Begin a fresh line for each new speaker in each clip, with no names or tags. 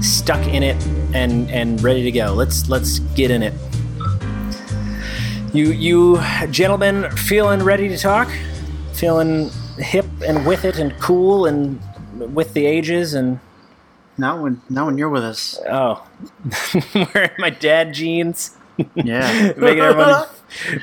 stuck in it and and ready to go. Let's let's get in it. You you gentlemen feeling ready to talk? Feeling hip and with it and cool and with the ages and
Not when, not when you're with us.
oh, wearing my dad jeans,
Yeah,
making everyone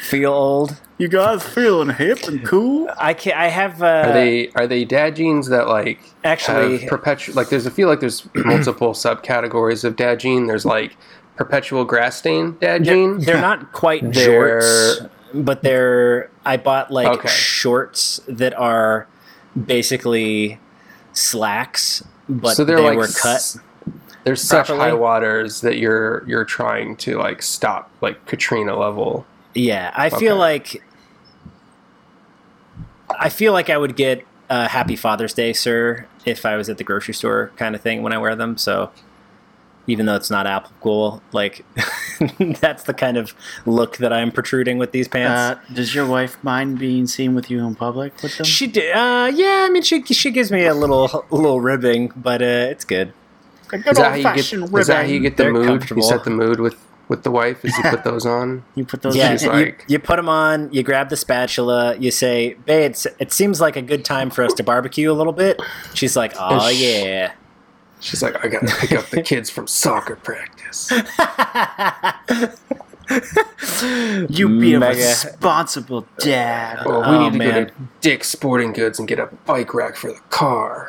feel old.
you guys feeling hip and cool?
I can I have uh,
Are they are they dad jeans that like
Actually-
have perpetual like there's I feel like there's multiple subcategories of dad jean. There's like perpetual grass stain dad jean.
They're not quite
They're-
shorts, but they're. I bought like
Okay.
shorts that are basically slacks, but
so they're
they
like
were cut.
s- There's such
properly.
high waters that you're you're trying to like stop like Katrina level.
Yeah, I feel
Okay.
like. I feel like I would get a Happy Father's Day, sir, if I was at the grocery store kind of thing when I wear them. So, even though it's not applicable, like that's the kind of look that I'm protruding with these pants.
Uh, does your wife mind being seen with you in public with them?
She did. Uh, yeah, I mean, she she gives me a little a little ribbing, but uh, it's good.
A good
Is that, how you get, is that how you get the
They're
mood? You
comfortable.
set the mood with with the wife. Is you put those on?
You put those
Yeah,
in.
She's
you,
like-
you put them on. You grab the spatula. You say, "Babe, it's, it seems like a good time for us to barbecue a little bit." She's like, "Oh
sh-
yeah."
She's like, I gotta pick up the kids from soccer practice.
You be a
Mega-
responsible dad.
Well,
Oh,
we need to
man.
go to Dick's Sporting Goods and get a bike rack for the car.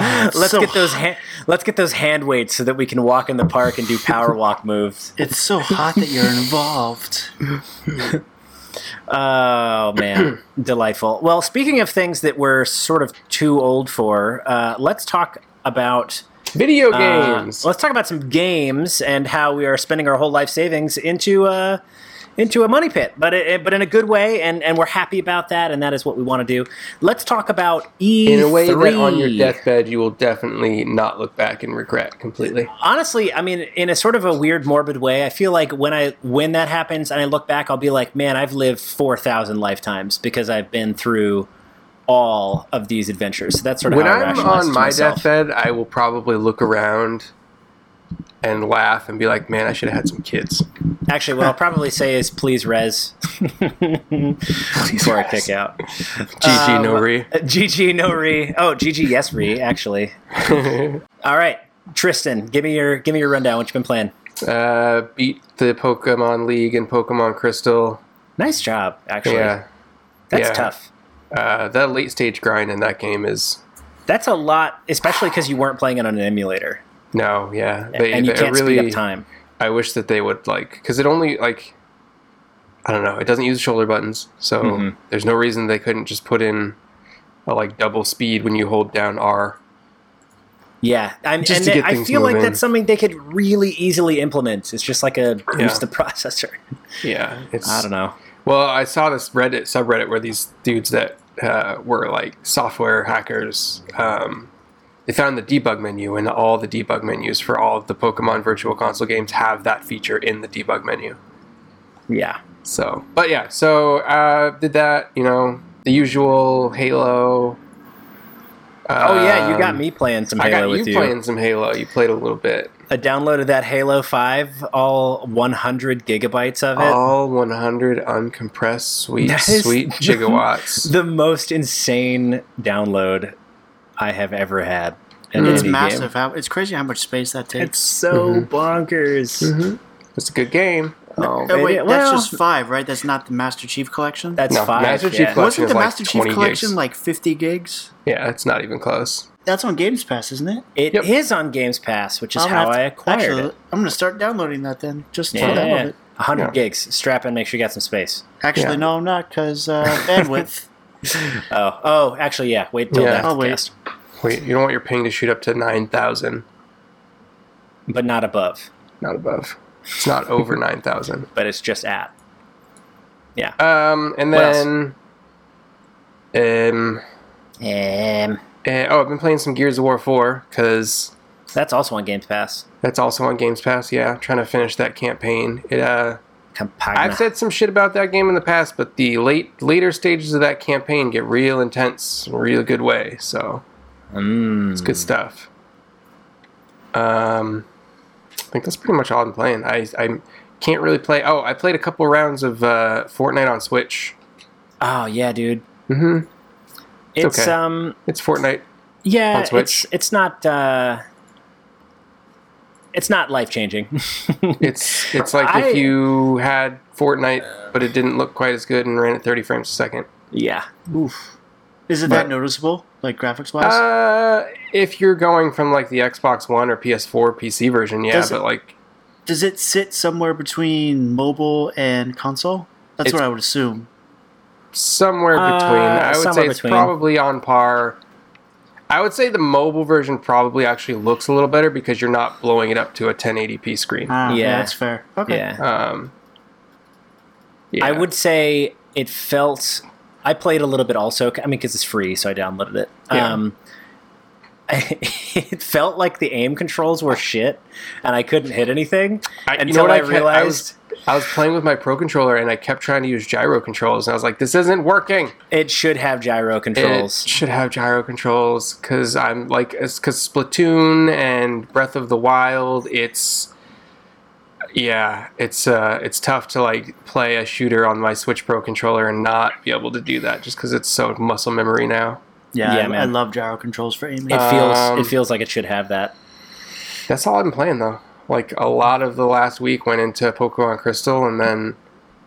let's
So
get those ha- let's get those hand weights so that we can walk in the park and do power walk moves.
It's so hot that you're involved.
Oh man, delightful. Well, speaking of things that we're sort of too old for, uh, let's talk about
Video
Uh,
games.
let's talk about some games and how we are spending our whole life savings into a into a money pit, but it, but in a good way, and and we're happy about that, and that is what we want to do. Let's talk about E E3.
in a way that on your deathbed you will definitely not look back and regret completely.
honestly, I mean, in a sort of a weird, morbid way, I feel like when I when that happens and I look back, I'll be like, man, I've lived four thousand lifetimes because I've been through all of these adventures. So that's sort of
When
how I
I'm
rationalize it
on
to
my
myself.
deathbed, I will probably look around and laugh and be like, "Man, I should have had some kids."
Actually, what I'll probably say is please res before I kick out.
GG,
Um,
no re.
Uh, GG, no re. Oh, GG, yes re. Actually, all right, Tristan, give me your give me your rundown. What you been playing?
Uh, beat the Pokemon League and Pokemon Crystal.
Nice job, actually.
Yeah,
That's
yeah.
tough.
uh, that late stage grind in that game is
That's a lot, especially because you weren't playing it on an emulator,
no, yeah. They,
and you
they
can't
really,
speed up time.
I wish that they would like because it only like I don't know. It doesn't use shoulder buttons, so
Mhm.
there's no reason they couldn't just put in a like double speed when you hold down R.
Yeah, I'm,
Just
and
to
they-
get
I
things
feel like
moving.
that's something they could really easily implement. It's just like a boost
Yeah.
the processor.
Yeah, it's
I don't know.
Well, I saw this Reddit subreddit where these dudes that uh, were like software hackers, um, they found the debug menu, and all the debug menus for all of the Pokemon Virtual Console games have that feature in the debug menu.
Yeah,
So, but yeah, so uh, did that, you know, the usual Halo.
Oh yeah, you got
Um,
me playing some
I
Halo
got you,
with you.
playing some Halo. You played a little bit.
I downloaded that Halo Five, all 100 gigabytes of it.
All 100 uncompressed, sweet,
That is-
sweet gigawatts.
the most insane download I have ever had. in
Mm. It's
any
massive. Mm-hmm.
game.
How, it's crazy how much space that takes.
It's so bonkers.
Mm-hmm.
Mhm. It's a good game. Oh,
oh, wait,
it-
that's
well-
just five, right? That's not the Master Chief collection.
That's
No,
five.
Master Chief
yeah.
Wasn't
Collection is
the
like
Master Chief
20
collection
gigs.
like fifty gigs?
Yeah, it's not even close.
That's on Games Pass, isn't it?
It
Yep.
is on Games Pass, which is
I'm gonna
how
have to-
I acquired
actually,
it.
I'm gonna start downloading that then, just for that
Yeah,
of it.
100
Yeah.
gigs. Strap in, make sure you got some space.
Actually,
Yeah.
no, I'm not, because uh, bandwidth.
Oh, oh, actually, yeah. Wait till
Yeah.
yeah.
I'll wait.
cast,
Wait, you don't want your ping to shoot up to 9,000,
but not above.
not above. It's not over 9,000.
But it's just at.
Um, and
What else?
then, um,
Um,
eh, oh, I've been playing some Gears of War 4 because
that's also on Games Pass.
that's also on Games Pass. Yeah, trying to finish that campaign. It, uh,
Compagna.
I've said some shit about that game in the past, but the late later stages of that campaign get real intense, in a real good way. So
Mm.
it's good stuff. Um, I think that's pretty much all I'm playing. I I can't really play. Oh, I played a couple rounds of uh, Fortnite on Switch.
Oh yeah, dude.
hmm
It's
okay.
um
It's Fortnite.
yeah,
On Switch.
it's it's not uh it's not life changing.
It's it's like
I-
if you had Fortnite, but it didn't look quite as good and ran at 30 frames a second.
yeah.
Oof. Is it
But-
that noticeable, like graphics wise?
Uh, if you're going from like the Xbox One or PS4 PC version, yeah,
Does it-
but like
Does it sit somewhere between mobile and console? That's
It's-
what I would assume.
somewhere between.
Uh,
I would say
somewhere
it's
between.
probably on par. I would say the mobile version probably actually looks a little better because you're not blowing it up to a 1080p screen.
Ah, yeah.
Yeah.
that's fair. Okay.
Yeah.
Um, yeah.
I would say it felt. I played a little bit also. I mean, because it's free, so I downloaded it.
Yeah.
Um, it felt like the aim controls were shit, and I couldn't hit anything
I- you know
until
what
I,
I kept- I was-
realized
I was playing with my pro controller and I kept trying to use gyro controls, and I was like, "This isn't working."
it should have gyro
It
controls.
should have gyro controls because I'm like, because Splatoon and Breath of the Wild, it's yeah, it's uh, it's tough to like play a shooter on my Switch Pro controller and not be able to do that just because it's so muscle memory now.
Yeah,
Yeah,
I,
man.
I love gyro controls for aiming.
It, feels.
Um,
it feels like it should have that.
That's all I'm playing though. Like a lot of the last week went into Pokemon Crystal and then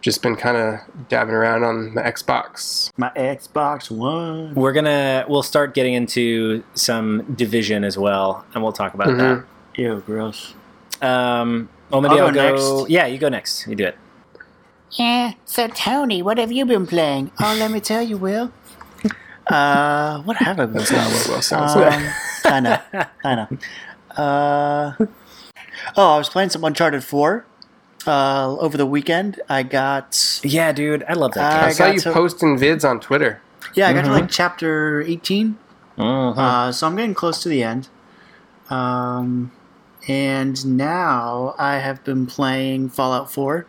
just been kind of dabbing around on the Xbox.
My Xbox One.
We're gonna. We'll start getting into some division as well, and we'll talk about
Mhm.
Ew, gross.
that. Um, well, maybe
I'll
I'll,
go
go.
next.
Yeah, you go next. You do it.
Yeah. So Tony, what have you been playing? Oh, let me tell you, Will. Uh, what have I been
That's not
playing?
what Will sounds like.
Um, I know. I know. Uh, oh, I was playing some Uncharted 4 uh, over the weekend. I got
Yeah, dude, I love
I,
that.
I
game.
saw
got
you
to-
posting vids on Twitter.
yeah, I got to like chapter 18.
Mhm.
Uh, so I'm getting close to the end. Um, and now I have been playing Fallout 4.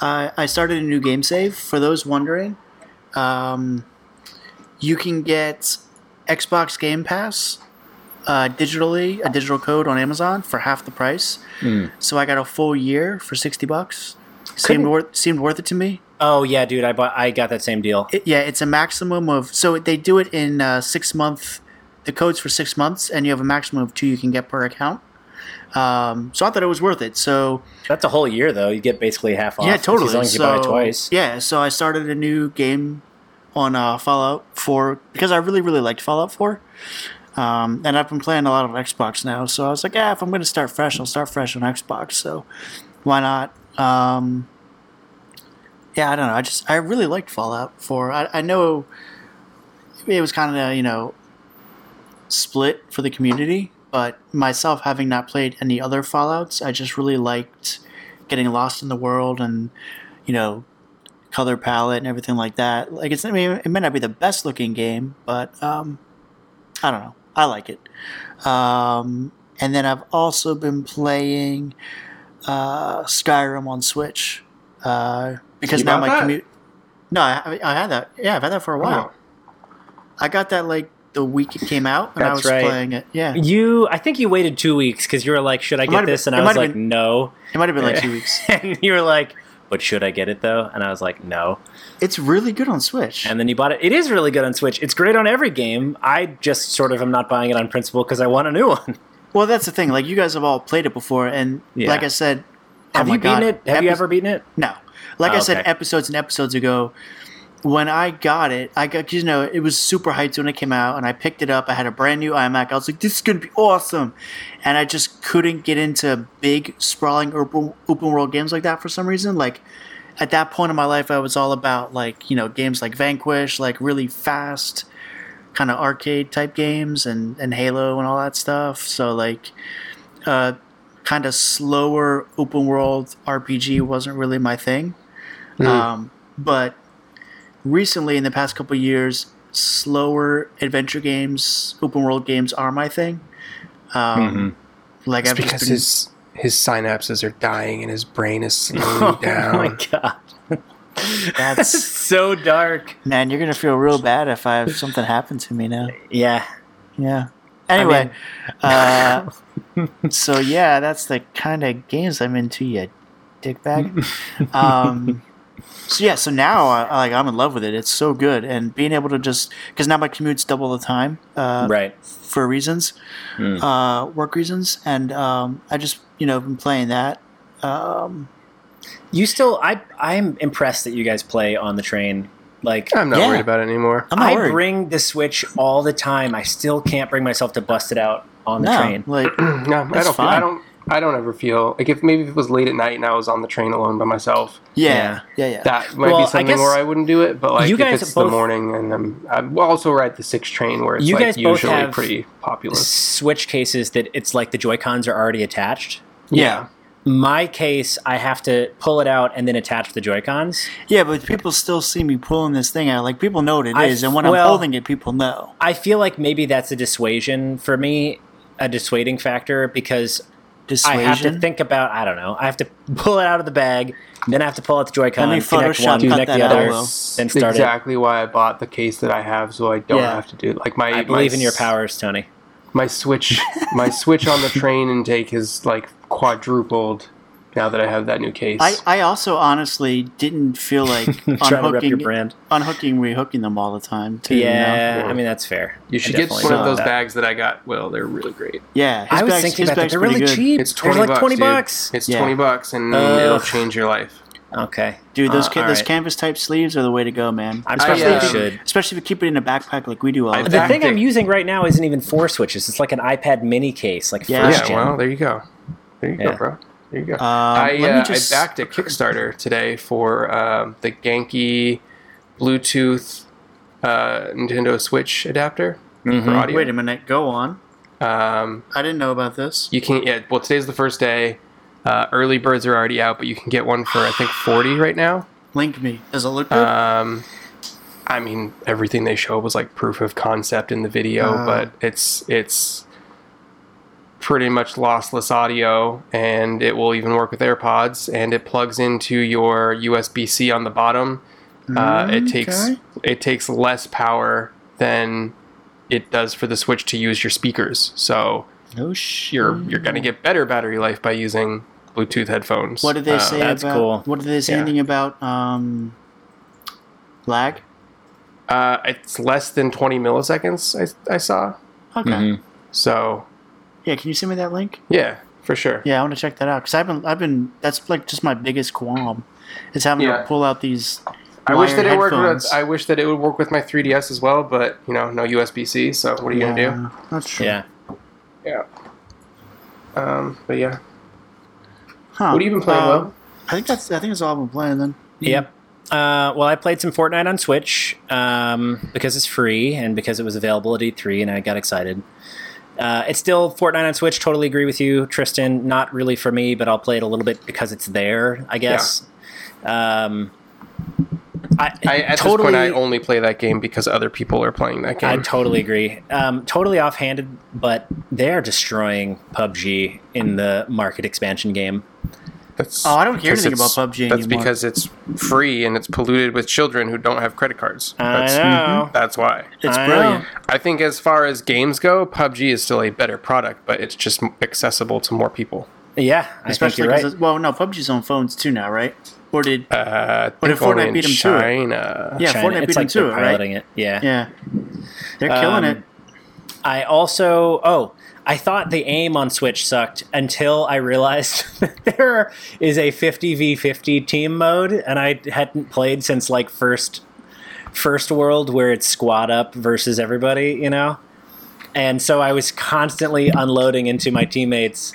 Uh, I started a new game save. For those wondering, um, you can get Xbox Game Pass uh, digitally, a digital code on Amazon for half the price. So I got a full year for 60 bucks. Seemed
Couldn't-
worth, seemed worth it to me.
Oh yeah, dude, I bought. I got that same deal.
It- yeah, it's a maximum of so they do it in uh, six month. The code's for six months, and you have a maximum of two you can get per account. Um, so I thought it was worth it. So
That's a whole year though. You get basically half off.
yeah, totally.
As long as you
so,
buy it twice.
Yeah, so I started a new game on uh, Fallout Four because I really really liked Fallout Four, um, and I've been playing a lot on Xbox now. So I was like, yeah, if I'm going to start fresh, I'll start fresh on Xbox. So why not? Um, yeah, I don't know. I just I really liked Fallout Four. I, I know it was kind of you know split for the community, but myself having not played any other Fallout's, I just really liked getting lost in the world and you know color palette and everything like that. Like it's I mean it may not be the best looking game, but um, I don't know. I like it. Um, and then I've also been playing uh, Skyrim on Switch uh, because
You
now
got
my
that? Oh.
commute. No, I, I had that. Yeah, I've had that for a while.
Wow.
I got that like the week it came out, and I
That's
was
right.
playing it. Yeah, it
You, I think you waited two weeks because you were like, "Should I
might
get
have
this?"
been-
And
it
I
might
was like,
have
"No."
might have been like two weeks.
And you were like, "But should I get it though?" And I was like, "No."
It's really good on Switch.
And then you bought it. It is really good on Switch. It's great on every game. I just sort of am not buying it on principle because I want a new one.
well, that's the thing. Like you guys have all played it before, and
Yeah.
like I said, oh
Have
my
you beaten
God,
it? Have you
epi-
ever beaten it?
No. Like
Oh,
I said,
okay.
episodes and episodes ago, when I got it, I got 'cause, you know it was super hyped when it came out, and I picked it up. I had a brand new iMac. I was like, "This is gonna be awesome," and I just couldn't get into big sprawling open, open world games like that for some reason. Like at that point in my life, I was all about like you know games like Vanquish, like really fast kind of arcade type games, and and Halo and all that stuff. So like. Uh, kind of slower open world RPG wasn't really my thing. Um, but recently, in the past couple years, slower adventure games, open world games are my thing. Um, Like
It's
I've just
because
been,
his his synapses are dying and his brain is slowing
Oh my
down.
god, it's
that's
so dark.
man, you're gonna feel real bad if I if something happened to me now.
Yeah,
Yeah, Anyway, uh, so yeah, that's the kind of games I'm into, you dickbag. um, so yeah, so now I, I- like I'm in love with it. It's so good, and being able to just because now my commute's double the time uh,
right. Hmm.
for reasons, uh, work reasons, and um, I just you know been playing that. Um,
You still, I, I'm impressed that you guys play on the train. Like,
I'm not
Yeah.
worried about it anymore.
I'm not
I
worried.
bring the Switch all the time. I still can't bring myself to bust it out on the
no,
train.
like
no, I
That's
don't. Feel, I
fine.
don't. I don't ever feel like if maybe if it was late at night and I was on the train alone by myself,
yeah, yeah, yeah.
that might
Well, I
be something
guess
where I wouldn't do it. But like
you guys
if it's
both-
the morning and I'm, I'm also ride the six train where it's
You
like
guys both
usually
have-
pretty populous.
Switch cases that it's like the Joy Cons are already attached.
Yeah.
My case, I have to pull it out and then attach the Joy Cons.
Yeah, but people still see me pulling this thing out. Like people know what it is,
I-
and when
well-
I'm holding it, people know.
I feel like maybe that's a dissuasion for me, a dissuading factor because
Dissuasion.
I have to think about. I don't know. I have to pull it out of the bag, then I have to pull out the Joy-Con,
Let me
connect
Photoshop
one,
cut
connect
that
the
out,
other,
Will.
then start it.
exactly why I bought the case that I have, so I don't
Yeah.
have to do like my.
I
my
believe in your
s-
powers, Tony.
My switch, my switch on the train intake is like quadrupled now that I have that new case.
I, I also honestly didn't feel like
Trying to rep your
unhooking,
brand.
unhooking, rehooking them all the time. Too, you know?
Yeah,
know?
I mean that's fair.
you
I
should get
definitely
one of
saw
those
that.
bags that I got. Will they're really great.
yeah. his
I was
bag's-
thinking
his
about that.
bag's
They're
pretty
really
good.
cheap.
It's twenty
They're like
bucks.
twenty
dude.
bucks. Uh,
It's
Yeah.
twenty bucks, and
Ugh.
it'll change your life.
Okay,
Dude, those
Uh,
ca-
all
those
right.
canvas type sleeves are the way to go, man.
I'm
I,
especially
um,
should.
Especially if you keep it in a backpack like we do all
I-
the
The
time.
thing I'm
Tactic.
using right now isn't even four switches. It's like an iPad mini case, like
Yeah.
first
Yeah.
gen.
Well, there you go. There you
Yeah. Um,
go, bro. There you go. I,
I,
uh,
let me
I
just.
backed a Kickstarter today for um, the Genki Bluetooth uh, Nintendo Switch adapter
Mm-hmm.
for audio.
wait a minute. Go on.
Um,
I didn't know about this.
you can yeah. Well, today's the first day. Uh, early birds are already out, but you can get one for I think forty right now.
Link me. Does it look good?
Um, I mean, everything they showed was like proof of concept in the video,
Wow.
but it's it's pretty much lossless audio, and it will even work with AirPods, and it plugs into your USB C on the bottom. Uh, it takes
Okay.
it takes less power than it does for the Switch to use your speakers, so
no shit.
you're you're gonna get better battery life by using Bluetooth headphones.
What did they
Uh,
say
that's
about?
cool.
What did they say
Yeah.
anything about? Um, lag.
Uh, it's less than twenty milliseconds. I, I saw.
Okay.
Mhm.
So
Yeah, can you send me that link?
yeah, for sure.
Yeah, I want to check that out because I've been, I've been. That's like just my biggest qualm, is having
Yeah.
to pull out these.
I wish
wired
that it worked.
headphones.
With, I wish that it would work with my 3ds as well, but you know, no USB C. So what are you gonna
Yeah, uh, That's true.
Yeah.
do? Yeah. Um, but yeah,
Huh.
what have you been playing?
Uh,
Will?
I think that's. I think that's all I've been playing then.
Yep. Uh, well, I played some Fortnite on Switch um, because it's free and because it was available at E3, and I got excited. Uh, it's still Fortnite on Switch. Totally agree with you, Tristan. Not really for me, but I'll play it a little bit because it's there, I guess. Um, I,
I, at
totally,
this point, I only play that game because other people are playing that
I
game.
totally agree. Um, totally offhanded, but they're destroying PUBG in the market expansion game.
that's,
Oh, I don't care
because
anything
it's-
about PUBG
That's
anymore.
because it's free and it's polluted with children who don't have credit cards. That's, Mhm.
know.
that's why.
It's
I
brilliant.
know.
I think as far as games go, PUBG is still a better product, but it's just accessible to more people.
Yeah,
Especially
I think
because
you're right.
well, no, PUBG's on phones too now, right? Or did?
Uh,
But if
think only
Fortnite
in
beat 'em to it.
China.
yeah,
China-
Fortnite
it's
beat
like
them
they're
to it, right?
piloting it. Yeah.
Yeah, they're killing
Um,
it.
I also oh I thought the aim on Switch sucked until I realized that there is a 50 v 50 team mode, and I hadn't played since like first first world where it's squad up versus everybody, you know. And so I was constantly unloading into my teammates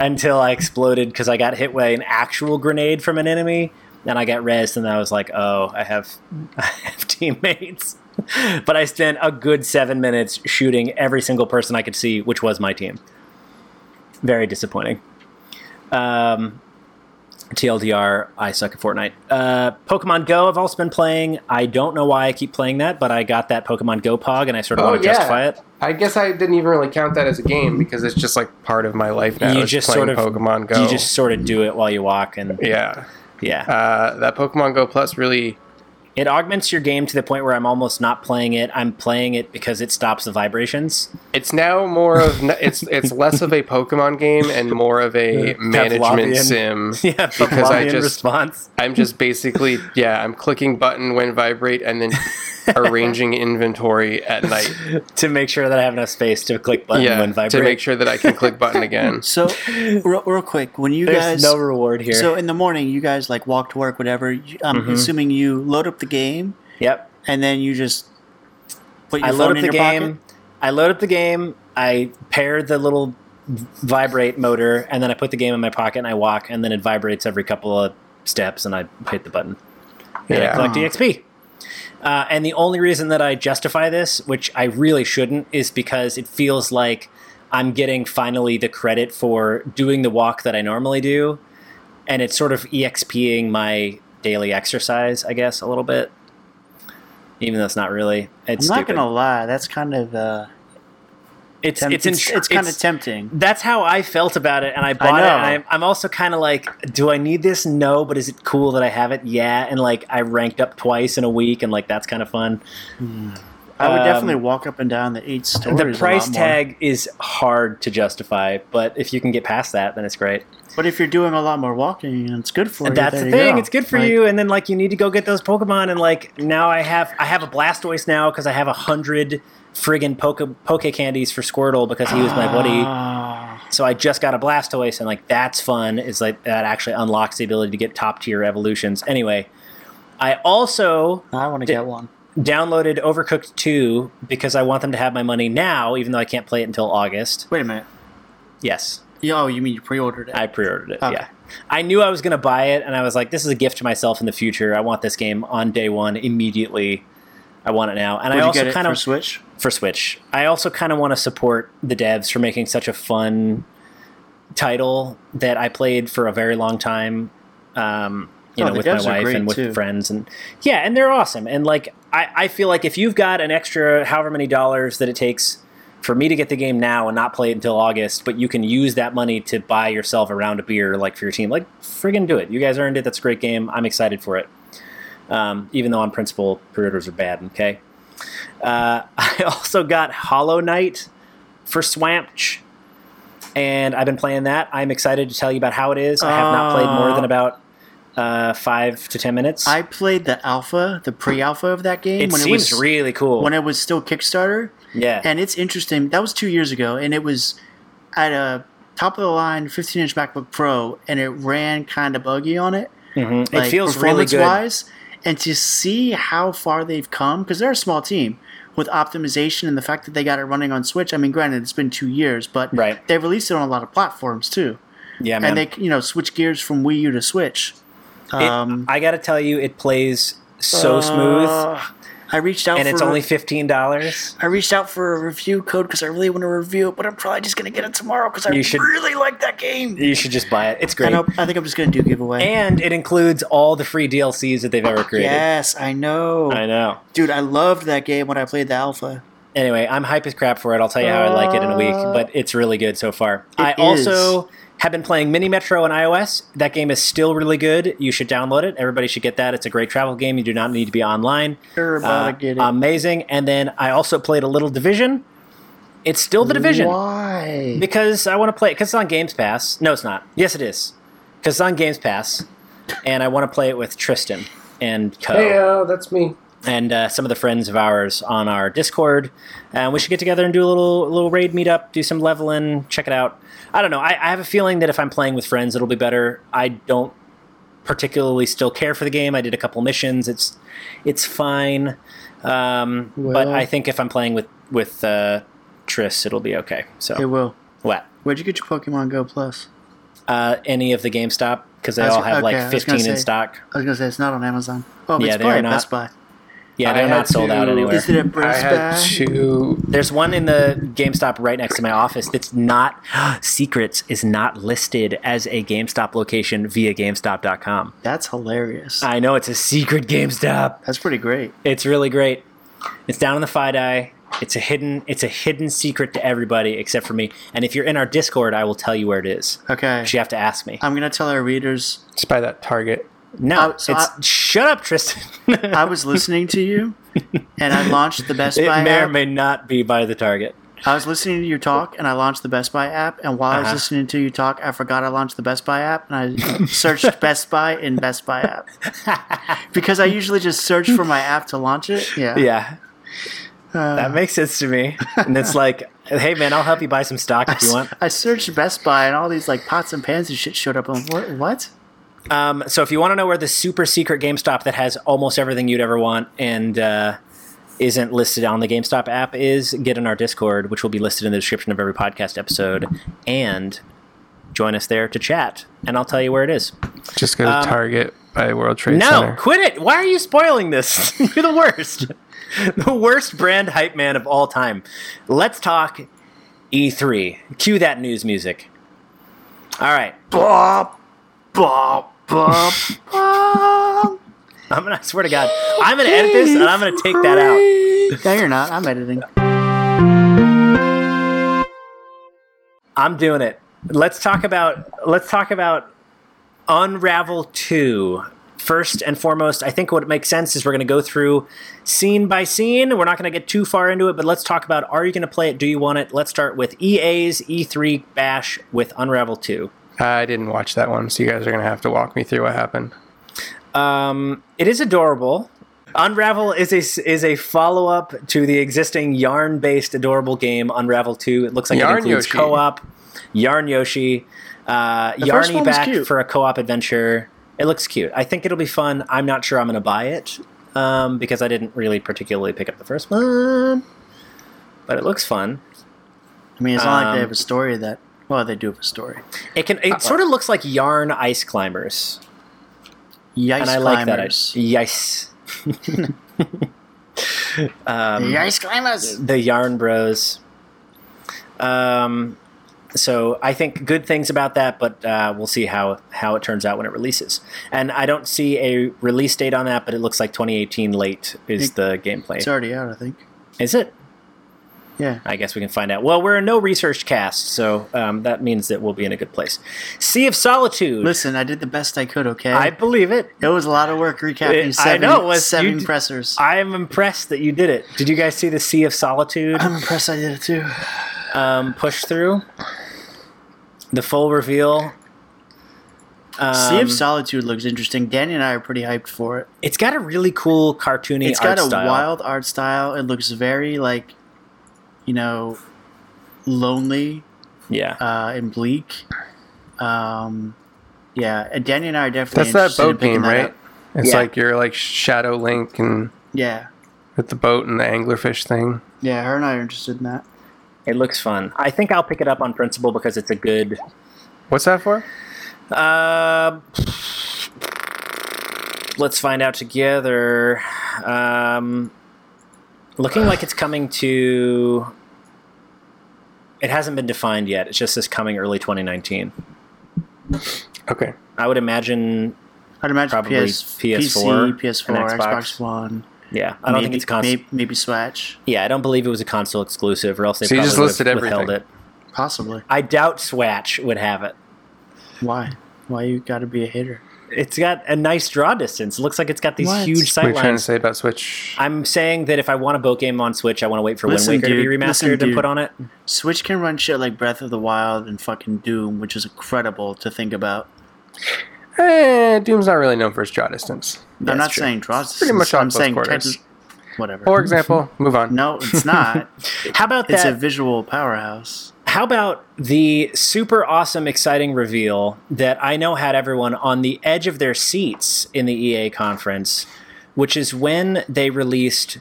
until I exploded because I got hit by an actual grenade from an enemy, and I got rezzed, and I was like, "Oh, I have, I have teammates." but I spent a good seven minutes shooting every single person I could see, which was my team. Very disappointing. Um, TLDR, I suck at Fortnite. Uh, Pokemon Go, I've also been playing. I don't know why I keep playing that, but I got that Pokemon Go pog, and I sort of
Oh,
want to
yeah.
justify it.
I guess I didn't even really count that as a game because it's just like part of my life now.
You
is
just
playing
sort of-
Pokemon Go.
You just sort of do it while you walk, and
yeah.
yeah,
Uh, that Pokemon Go Plus really
It augments your game to the point where I'm almost not playing it. I'm playing it because it stops the vibrations.
It's now more of it's it's less of a Pokemon game and more of a management sim.
Yeah,
because I
Pavlovian
just
response.
I'm just basically yeah I'm clicking button when vibrate and then arranging inventory at night.
to make sure that I have enough space to click button
Yeah,
when vibrate.
to make sure that I can click button again.
So, real, real quick, when you
There's
guys
no reward here. Mm-hmm.
so in the morning, you guys like walk to work, whatever. you- I'm assuming you load up the game
yep.
and then you just put your
I
phone
load up
in
the
your
game.
pocket.
I load up the game. I pair the little v- vibrate motor, and then I put the game in my pocket and I walk, and then it vibrates every couple of steps, and I hit the button. and I
Yeah.
Uh-huh.
collect EXP. Uh, and the only reason that I justify this, which I really shouldn't, is because it feels like I'm getting finally the credit for doing the walk that I normally do, and it's sort of EXPing my daily exercise, I guess, a little bit. Even though it's not really,
I'm
it's
not
stupid.
gonna lie, that's kind of uh,
It's
tempt-
it's,
it's,
in,
it's, kind of tempting.
that's how I felt about it, and I bought it.
know.
And I'm, I'm also kind of like, do I need this? No, but is it cool that I have it? Yeah, and like I ranked up twice in a week, and like that's kind of fun.
I would
Um,
definitely walk up and down the eight stories. a
the
lot
price
more.
tag is hard to justify, but if you can get past that, then it's great.
But if you're doing a lot more walking, and it's good for you.
That's
there
the
you
thing;
go.
it's good for
Like,
you. And then like you need to go get those Pokemon, and like now I have I have a Blastoise now because I have a hundred friggin' Poke Poke candies for Squirtle because he was my buddy.
ah,
So I just got a Blastoise, and like that's fun. Is like that actually unlocks the ability to get top tier evolutions. Anyway, I also
I want to get one.
downloaded Overcooked Two because I want them to have my money now, even though I can't play it until August.
Wait a minute.
Yes.
Yo, you mean you pre-ordered it?
I pre-ordered it.
Okay.
Yeah, I knew I was going to buy it, and I was like, "This is a gift to myself in the future. I want this game on day one immediately. I want it now." And
Would
I
you
also
get it
kind
for
of for,
Switch?
Switch. I also kind of want to support the devs for making such a fun title that I played for a very long time. Um, you
Oh,
know,
the
with my
devs are
wife
great,
and with
too.
friends, and yeah, and they're awesome. And like, I, I feel like if you've got an extra however many dollars that it takes for me to get the game now and not play it until August, but you can use that money to buy yourself a round of beer, like for your team. Like, friggin' do it. You guys earned it. That's a great game. I'm excited for it. Um, even though on principle, pre-orders are bad. Okay. Uh, I also got Hollow Knight for Swamch, and I've been playing that. I'm excited to tell you about how it is. I have not played more
Uh,
than about uh, five to ten minutes.
I played the alpha, the pre-alpha of that game
it
when
seems
it was
really cool.
when it was still Kickstarter,
yeah.
and it's interesting. That was two years ago, and it was at a top of the line 15 inch MacBook Pro, and it ran kind of buggy on it.
Mhm.
like,
it feels really good.
performance-wise, and to see how far they've come because they're a small team with optimization and the fact that they got it running on Switch. I mean, granted, it's been two years, but
Right.
they released it on a lot of platforms too,
Yeah, man.
and they you know switch gears from Wii U to Switch.
It-
Um,
I gotta tell you, it plays so smooth,
uh, I reached out
and
for
it's only fifteen dollars.
I reached out for a review code because I really want to review it, but I'm probably just gonna get it tomorrow because I
You should-
really like that game.
You should just buy it. It's
I
great,
know. I think I'm just gonna do a giveaway.
and it includes all the free DLCs that they've ever created.
yes, I know.
I know.
dude. I loved that game when I played the alpha.
anyway, I'm hype as crap for it. I'll tell you how I like it in a week,
Uh,
but it's really good so far.
it
I
is.
also have been playing Mini Metro on iOS. That game is still really good. You should download it. Everybody should get that. It's a great travel game. You do not need to be online.
You're about
Uh,
to get it.
amazing. And then I also played a little Division. It's still the Division
Why?
Mm.
because I want to play it because it's on Games Pass. No, it's not. Yes, it is because it's on Games Pass, and I want to play it with Tristan and Co
Hey, uh, that's me.
and uh, some of the friends of ours on our Discord. And we should get together and do a little little raid meetup, do some leveling, check it out. I don't know. I, I have a feeling that if I'm playing with friends, it'll be better. I don't particularly still care for the game. I did a couple missions. It's it's fine, um, but
Well-
I think if I'm playing with with uh, Triss, it'll be okay. So
Hey, Will,
what?
where'd you get your Pokemon Go Plus?
Uh, any of the GameStop because they
I was-
all have
okay, I
like
was gonna
15 in
say-
stock.
I was gonna say it's not on Amazon. Oh, but
Yeah,
it's
they
probably
are
at
not.
Best Buy.
Yeah,
I
they're
had
not sold out
to-
anywhere.
Is it at
I
Best
had
Buy?
to.
There's one in the GameStop right next to my office that's not Secrets is not listed as a GameStop location via GameStop.com.
That's hilarious.
I know it's a secret GameStop.
That's pretty great.
It's really great. It's down in the Fidei. It's a hidden it's a hidden secret to everybody except for me. And if you're in our Discord, I will tell you where it is.
Okay, Um,
But you have to ask me.
I'm gonna tell our readers.
It's by that Target.
No,
I- uh, so
it's
I-
shut up, Tristan.
I was listening to you, and I launched the Best
it
Buy
may or
app.
may not be by the target.
I was listening to your talk, and I launched the Best Buy app. And while I was
Uh-huh.
listening to you talk, I forgot I launched the Best Buy app, and I searched Best Buy in Best Buy app because I usually just search for my app to launch it. Yeah,
Yeah. that makes sense to me. And it's like, hey, man, I'll help you buy some stock if you want.
I searched Best Buy, and all these like pots and pans and shit showed up. I'm like, what? What?
Um, so if you want to know where the super secret GameStop that has almost everything you'd ever want and uh, isn't listed on the GameStop app is, get in our Discord, which will be listed in the description of every podcast episode, and join us there to chat. And I'll tell you where it is.
Just go to
Um,
Target by World Trade
no,
Center.
quit it. Why are you spoiling this? You're the worst. the worst brand hype man of all time. Let's talk E3. Cue that news music. All right.
Bop, bop, bop, bop.
I'm gonna, I swear to God, I'm going to edit this and I'm going to take that out.
No, you're not. I'm editing.
I'm doing it. Let's talk about let's talk about Unravel 2. First and foremost, I think what makes sense is we're going to go through scene by scene. We're not going to get too far into it, but let's talk about are you going to play it? Do you want it? Let's start with E EA's E3 bash with Unravel 2.
I didn't watch that one, so you guys are gonna have to walk me through what happened.
Um, it is adorable. Unravel is a is a follow up to the existing yarn based adorable game Unravel Two. It looks like
Yarn
it includes
Yoshi.
co op, Yarn Yoshi, uh,
first
Yarny
one was
back
cute.
for a co op adventure. It looks cute. I think it'll be fun. I'm not sure I'm going to buy it um, because I didn't really particularly pick up the first one, but it looks fun.
I mean, it's not like
Um,
they have a story that. Well, they do have a story.
It can.
Uh,
It sort of looks like Yarn Ice Climbers.
Yice
and I like that.
climbers.
Yes. um,
The ice climbers.
the Yarn Bros. Um, so I think good things about that, but uh, we'll see how how it turns out when it releases. And I don't see a release date on that, but it looks like 2018 late is
It-
the gameplay.
It's already out, I think.
Is it?
Yeah.
I guess we can find out. Well, we're a no research cast, so um, that means that we'll be in a good place. Sea of Solitude.
Listen, I did the best I could. Okay.
I believe it.
it was a lot of work recapping
It- I
seven,
know it was.
seven
You d-
pressers.
I
I,
am impressed that you did it. Did you guys see the Sea of Solitude?
am impressed. I did it too.
um, push through the full reveal. Um,
sea of Solitude looks interesting. Danny and I are pretty hyped for it.
it's got a really cool cartoony.
It's
art
got a
style.
wild art style. It looks very like, you know, lonely
yeah.
uh, and bleak. Um, yeah, and Danny and I are definitely
That's that
interested in
boat
picking
game,
that
right?
up.
It's
Yeah.
like you're like Shadow Link and
Yeah,
with the boat and the anglerfish thing.
yeah. Her and I are interested in that.
it looks fun. I think I'll pick it up on principle because it's a good.
What's that for?
Uh, let's find out together. Um, looking like it's coming to. It hasn't been defined yet. It's just this coming early 2019.
Okay.
I would imagine.
I'd imagine
Probably
PS,
PS4
PC, PS4,
and Xbox.
Xbox. One.
Yeah, I don't
maybe,
think it's constant.
Maybe, maybe Switch,
Yeah, I don't believe it was a console exclusive, or else they
So you
probably
just
would
listed
have withheld
everything.
it.
possibly.
I doubt Swatch would have it.
Why? Why you got to be a hitter?
It's got a nice draw distance. It looks like it's got these
What?
huge
What are you
sight
trying to
lines.
say about Switch?
I'm saying that if I want a boat game on Switch, I want to wait for
Listen,
Wind Waker to be
dude.
remastered
Listen,
and
dude.
put on it.
Switch can run shit like Breath of the Wild and fucking Doom, which is incredible to think about.
Eh, Doom's not really known for its draw distance.
I'm
That's
not
true.
saying draws.
Pretty much
I'm
on both
saying
quarters.
techni- whatever.
For example, move on.
no, it's not.
How about
it's a
that?
visual powerhouse.
How about the super awesome, exciting reveal that I know had everyone on the edge of their seats in the EA conference, which is when they released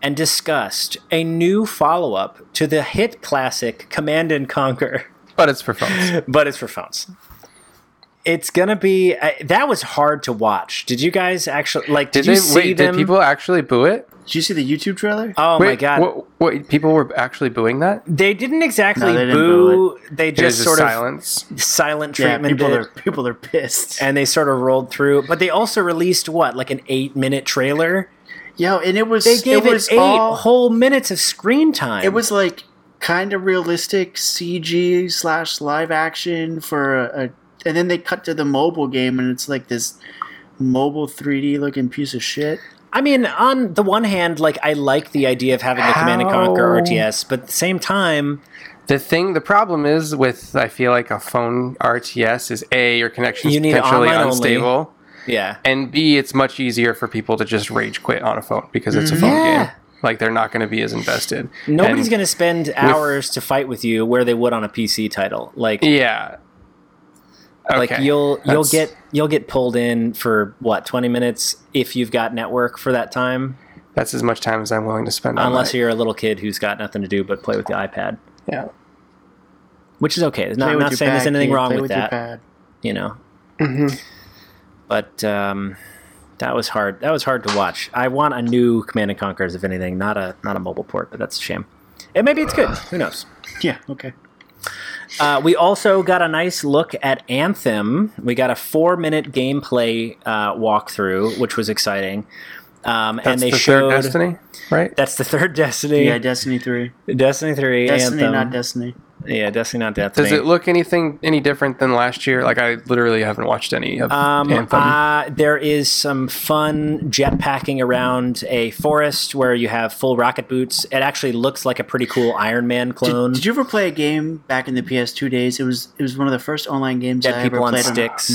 and discussed a new follow up to the hit classic Command and Conquer.
But it's for phones.
but it's for phones. It's gonna be uh, that was hard to watch. Did you guys actually like? Did,
Did they
you see
wait?
them?
Did people actually boo it?
Did you see the YouTube trailer?
Oh
wait,
my god!
What, what, people were actually booing that?
They didn't exactly
No, they didn't
boo. They
It was
just sort
silence.
of silent
yeah,
treatment,
people
it,
are people are pissed.
and they sort of rolled through. But they also released what, like an eight-minute trailer.
Yo, and it was
They gave
it
it,
was
eight
all
whole minutes of screen time.
it was like kind of realistic CG slash live action for a, a, and then they cut to the mobile game, and it's like this mobile 3D looking piece of shit.
I mean, on the one hand, like I like the idea of having a Command and Conquer
How-
RTS, but at the same time,
The thing, the problem is with I feel like a phone RTS is a your connection is
You need
potentially
online only.
unstable,
yeah,
and b it's much easier for people to just rage quit on a phone because it's a phone
Yeah.
game. Like they're not going to be as invested.
nobody's
And-
going to spend hours to fight with you where they would on a PC title. Like,
Yeah.
like
Okay,
you'll you'll
that's-
get you'll get pulled in for what twenty minutes if you've got network for that time,
that's as much time as I'm willing to spend. on
unless
that.
you're a little kid who's got nothing to do but play with the iPad,
yeah.
which is okay. Not,
Play
I'm
with
not
your
saying there's
pad,
anything
kid.
wrong
Play
with,
your
that.
pad.
you know.
Mm-hmm.
But um, that was hard. That was hard to watch. I want a new Command and Conquer's, if anything, not a not a mobile port. But that's a shame. And maybe it's good. Who knows?
Yeah, okay.
Uh, we also got a nice look at Anthem. We got a four-minute gameplay uh, walkthrough, which was exciting. Um,
That's
and they
the
showed
third Destiny, right?
that's the third Destiny.
Yeah, Destiny 3.
Destiny Three.
Destiny,
Anthem.
not Destiny.
yeah, Destiny, not Destiny.
Does it look anything any different than last year? Like I literally haven't watched any of
Um,
Anthem.
uh, there is some fun jetpacking around a forest where you have full rocket boots. It actually looks like a pretty cool Iron Man clone.
Did, did you ever play a game back in the PS2 days? It was it was one of the first online games
Dead
that I
People
ever
on
played
Sticks.
On,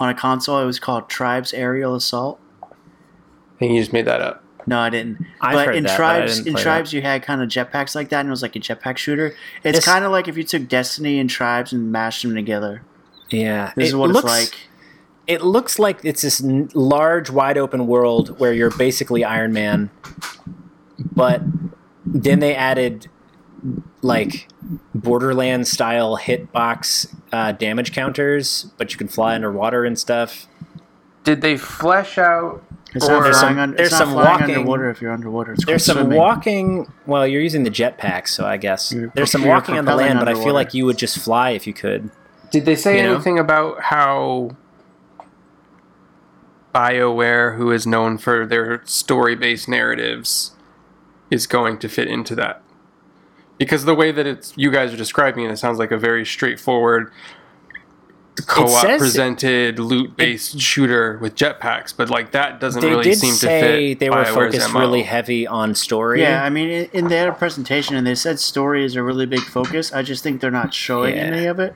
no, on a console. It was called Tribes Aerial Assault.
I think you just made that up.
No, I didn't.
I've
but
heard
in
that, but I
Tribes,
didn't
in
play
Tribes, you had kind of jetpacks like that, and it was like a jetpack shooter. It's
This-
kind of like if you took Destiny and Tribes and mashed them together.
yeah,
This
it
is what
looks
it's like.
It looks like it's this n- large, wide open world where you're basically Iron Man, but then they added like Borderland style hitbox uh, damage counters, but you can fly underwater and stuff.
Did they flesh out
It's not flying,
Or- There's
some-
un- it's
um, there's
not
some
flying
walking.
underwater if you're underwater. It's
There's
called
some
swimming.
walking. Well, you're using the jetpack, so I guess
You're-
there's some
you're
walking on the
propelling
land. But I feel
underwater.
like you would just fly if you could.
Did they say
You know?
anything about how BioWare, who is known for their story based narratives, is going to fit into that? Because the way that it's you guys are describing it, it sounds like a very straightforward co op
says-
presented loot based shooter with jetpacks, but like that doesn't
They
really
did
seem
say
to fit.
they were
BioWare's
focused
MO.
really heavy on story.
Yeah, I mean, in, in they had a presentation and they said story is a really big focus. I just think they're not showing
Yeah.
any of it.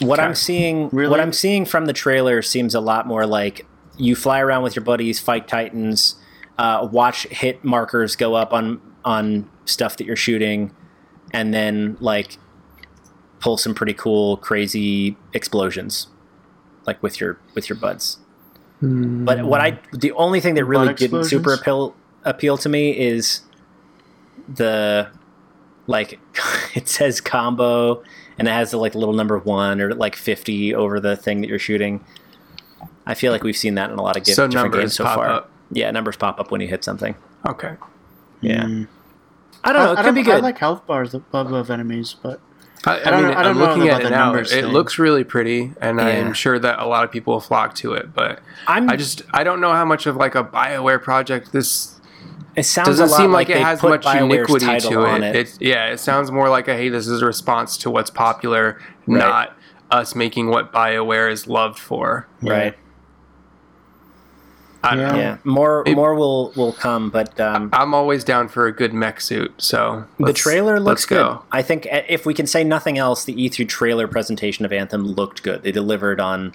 what
Okay.
I'm seeing,
Really?
what I'm seeing from the trailer seems a lot more like you fly around with your buddies, fight titans, uh, watch hit markers go up on on stuff that you're shooting, and then like pull some pretty cool, crazy explosions, like with your with your buds. But what I the only thing that really
Hmm. Butt
didn't super
explosions?
appeal appeal to me is the like it says combo and it has the like little number one or like fifty over the thing that you're shooting. I feel like we've seen that in a lot of ga-
So
different
numbers
games so
pop
far.
up.
Yeah, numbers pop up when you hit something.
Okay.
Yeah,
Mm.
I don't know. It
I
could be
don't- I
good.
like health bars above of enemies, but
I, I,
I don't
mean,
know- I don't
I'm
know
looking
about
at
the
it now. It
numbers thing.
looks really pretty, and
Yeah. Mm.
I'm sure that a lot of people will flock to it. But
I'm.
I just I don't know how much of like a Bioware project this
it sounds
doesn't
a lot
seem
like,
like, it
they
has
put
much
Bioware's
uniquity
title
to
on
it. It's yeah, it sounds more like a hey, this is a response to what's popular, not us making what Bioware is loved for.
right.
I don't
Yeah.
know.
Yeah, more
It-
more will will come, but um,
I'm always down for a good mech suit, so
the
let's-
trailer looks
let's
good.
go.
I think uh, if we can say nothing else, the E3 trailer presentation of Anthem looked good. They delivered on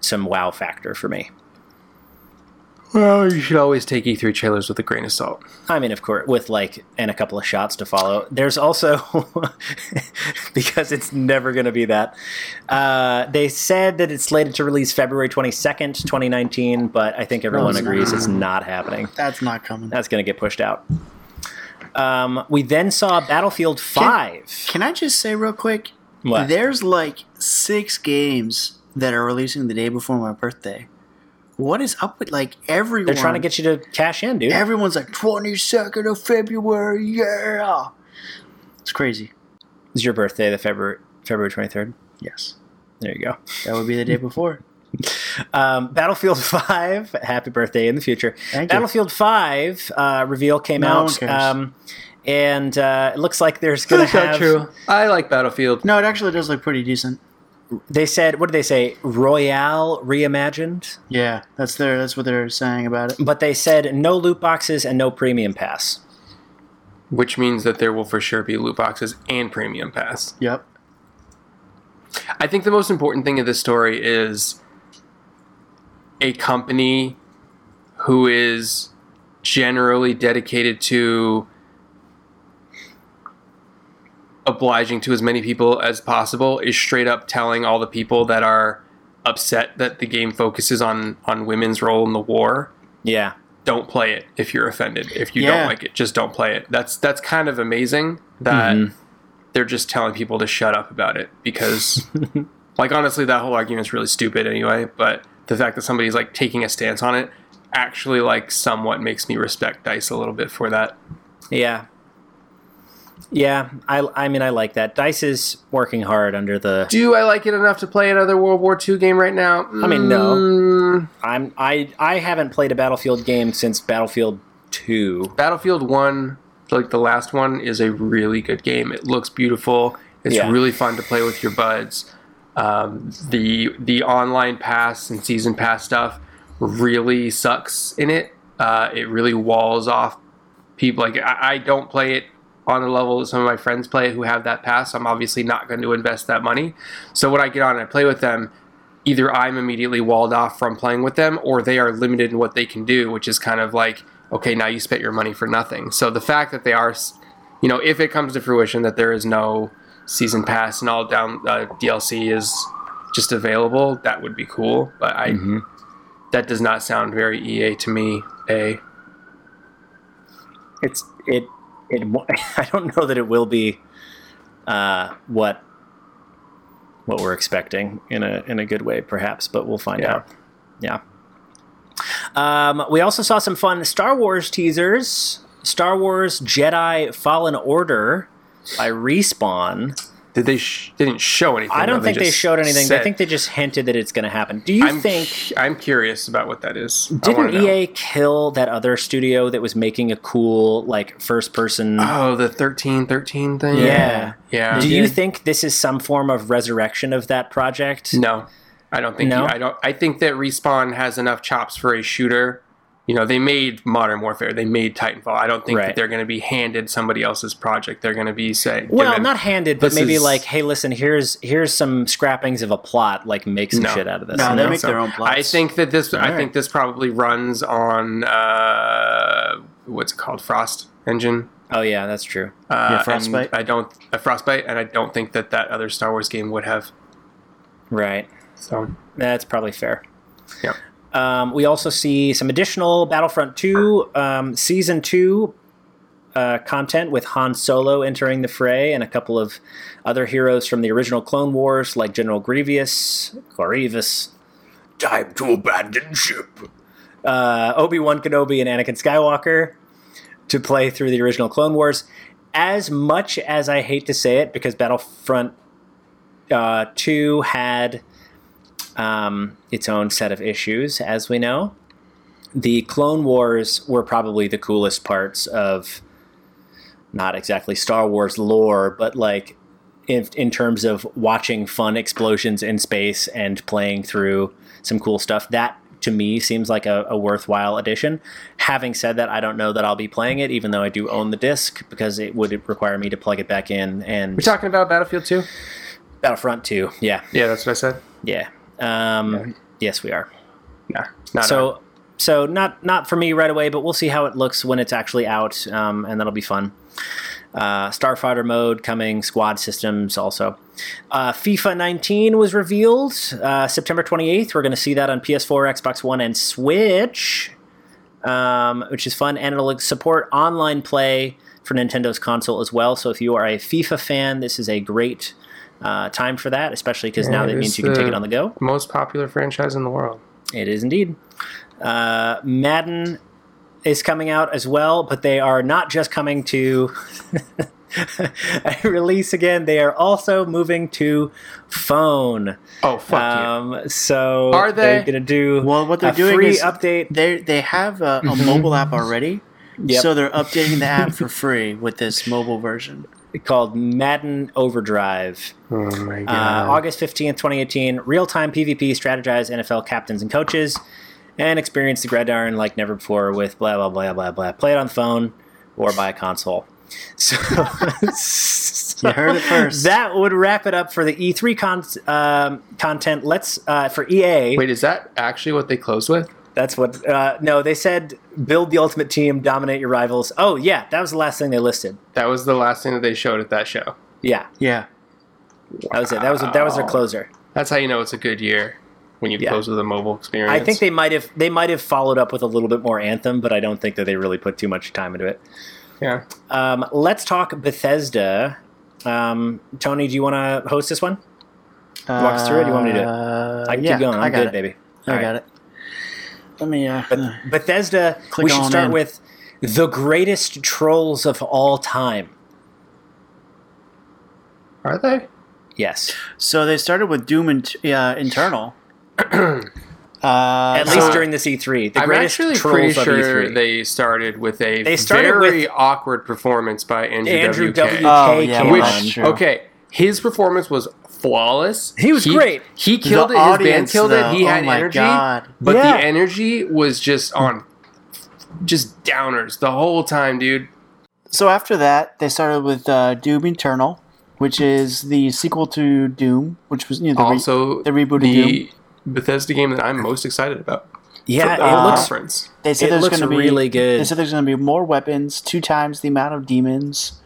some wow factor for me.
Well, you should always take E3 trailers with a grain of salt.
I mean, of course, with like and a couple of shots to follow. There's also because it's never going to be that. Uh, they said that it's slated to release February 22nd, 2019, but I think everyone
it's
agrees
not.
it's not happening.
that's not coming.
That's going to get pushed out. Um, we then saw Battlefield 5.
Can I just say real quick?
What?
There's like six games that are releasing the day before my birthday. What is up with like everyone?
They're trying to get you to cash in, dude.
everyone's like twenty second of February. Yeah, it's crazy.
It's your birthday, the February February twenty third.
Yes,
There you go.
that would be the day before.
Um, Battlefield Five. Happy birthday in the future.
Thank you.
Battlefield Five uh, reveal came
No one
out,
cares.
um, and uh, it looks like there's going to
That's not
have
true. I like Battlefield.
No, it actually does look pretty decent.
They said, what did they say? Royale reimagined,
Yeah, that's their. That's what they're saying about it.
but they said no loot boxes and no premium pass.
which means that there will for sure be loot boxes and premium pass.
Yep.
I think the most important thing of this story is a company who is generally dedicated to obliging to as many people as possible is straight up telling all the people that are upset that the game focuses on on women's role in the war
Yeah.
don't play it if you're offended. If you
Yeah.
don't like it, just don't play it. That's that's kind of amazing that they're just telling people to shut up about it because like honestly that whole argument's really stupid anyway, but the fact that somebody's like taking a stance on it actually like somewhat makes me respect DICE a little bit for that.
Yeah. Yeah, I, I mean, I like that. Dice is working hard under the.
Do I like it enough to play another World War II game right now? Mm, I
mean, no.
Mm.
I'm I I haven't played a Battlefield game since Battlefield Two.
Battlefield One, like the last one, is a really good game. It looks beautiful. It's
Yeah.
really fun to play with your buds. Um, the the online pass and season pass stuff really sucks in it. Uh, it really walls off people. Like I, I don't play it on the level that some of my friends play who have that pass. I'm obviously not going to invest that money. So when I get on and I play with them, either I'm immediately walled off from playing with them or they are limited in what they can do, which is kind of like, okay, now you spent your money for nothing. So the fact that they are, s- you know, if it comes to fruition that there is no season pass and all down uh, DLC is just available, that would be cool. But I,
Mm-hmm.
that does not sound very EA to me. A
It's it it. wa- I don't know that it will be uh, what what we're expecting in a in a good way, perhaps, but we'll find
Yeah.
out. Yeah. Um, we also saw some fun Star Wars teasers. Star Wars Jedi Fallen Order by Respawn.
did they? Sh- they didn't show anything.
I don't
though.
think they
just
showed anything.
said-
I think they just hinted that it's going to happen. Do you
I'm,
think?
cu- I'm curious about what that is. I wanna
Didn't E
know.
EA kill that other studio that was making a cool like first person?
Oh, the thirteen thirteen thing.
Yeah.
yeah.
Do you
did.
think this is some form of resurrection of that project?
No, I don't think.
No?
I don't. I think that respawn has enough chops for a shooter. You know, they made Modern Warfare, they made Titanfall. I don't think
Right.
that they're going to be handed somebody else's project. They're going to be say,
Well,
given-
not handed, but
this
maybe
is-
like, hey, listen, here's here's some scrappings of a plot. Like, make some
No.
shit out of this.
No, they
No?
make their own plots.
I think that this. I
Alright.
think this probably runs on uh, what's it called, Frost Engine.
oh yeah, that's true.
Uh,
Yeah,
and
Frostbite.
I don't a frostbite, and I don't think that that other Star Wars game would have.
Right,
So
that's probably fair.
yeah,
Um, we also see some additional Battlefront 2 um, Season 2 uh, content with Han Solo entering the fray and a couple of other heroes from the original Clone Wars, like General Grievous, Grievous,
Time to abandon ship.
uh, Obi Wan Kenobi, and Anakin Skywalker to play through the original Clone Wars. As much as I hate to say it, because Battlefront uh, 2 had um, its own set of issues, as we know, the Clone Wars were probably the coolest parts of not exactly Star Wars lore, but like in, in terms of watching fun explosions in space and playing through some cool stuff. That to me seems like a, a worthwhile addition. Having said that, I don't know that I'll be playing it, even though I do own the disc because it would require me to plug it back in and
we're talking about Battlefield Two.
Battlefront 2. Yeah,
Yeah, that's what I said.
yeah. Um, Yes, we are.
Nah, not
so, so not not for me right away, but we'll see how it looks when it's actually out, um, and that'll be fun. Uh, Starfighter mode coming, squad systems also. Uh, FIFA 19 was revealed uh, September 28th. We're going to see that on PS4, Xbox One, and Switch, um, which is fun. And it'll support online play for Nintendo's console as well. So if you are a FIFA fan, this is a great uh, time for that, especially because now that
It
means
is
you can take
the-
it on the go.
most popular franchise in the world.
It is indeed. Uh, Madden is coming out as well, but they are not just coming to a release again. They are also moving to phone.
Oh fuck
Um, so
Are they?
are going to do
Well, what they're
a
doing
free
is
update?
They they have a, a mobile app already,
Mm-hmm. Yep.
so they're updating the app for free with this mobile version.
called Madden Overdrive.
Oh my
Uh,
god.
August 15th, 2018. Real time PvP strategize NFL captains and coaches and experience the gridiron like never before with blah, blah, blah, blah, blah. Play it on phone or by a console. So, so
You heard it first.
That would wrap it up for the E3 con- um, content. Let's, uh, for EA,
Wait, is that actually what they closed with?
that's what, uh, no, they said build the ultimate team, dominate your rivals. Oh, yeah, that was the last thing they listed.
That was the last thing that they showed at that show.
Yeah,
Yeah.
that was it. That was, that was their
Wow.
closer.
That's how you know it's a good year when you
Yeah.
close with a mobile experience.
I think they might have they might have followed up with a little bit more Anthem, but I don't think that they really put too much time into it.
Yeah.
Um, let's talk Bethesda. Um, Tony, do you want to host this one? Walk us through it, you want me to do it?
Uh,
I can
yeah,
keep going. I'm
I got
good,
it.
baby.
I
All right.
got it. Let me. Uh, uh,
Bethesda.
Click
we should
on
start
in.
with the greatest trolls of all time.
Are they?
Yes,
so they started with Doom and uh, Internal. uh,
at
so-
least during this E3, the
I'm
greatest
actually
trolls
pretty
of E
sure
E3.
they started with a
They started
very
with-
awkward performance by Andrew,
Andrew
WK.
WK,
Oh, yeah,
came
well,
Which
on.
that's true.
okay, his performance was flawless.
He was great.
He killed
The
it. his band
audience,
killed
though,
it. He
oh
had
my
energy,
God.
but
Yeah.
the energy was just on, just downers the whole time, dude.
so after that, they started with uh, Doom Eternal, which is the sequel to Doom, which was you know, the re-
also,
the reboot of
the Bethesda game that I'm most excited about.
Uh,
Yeah,
for the
it looks
conference.
they said
it
there's
looks
going to be
really good.
They said there's going to be more weapons, two times the amount of demons,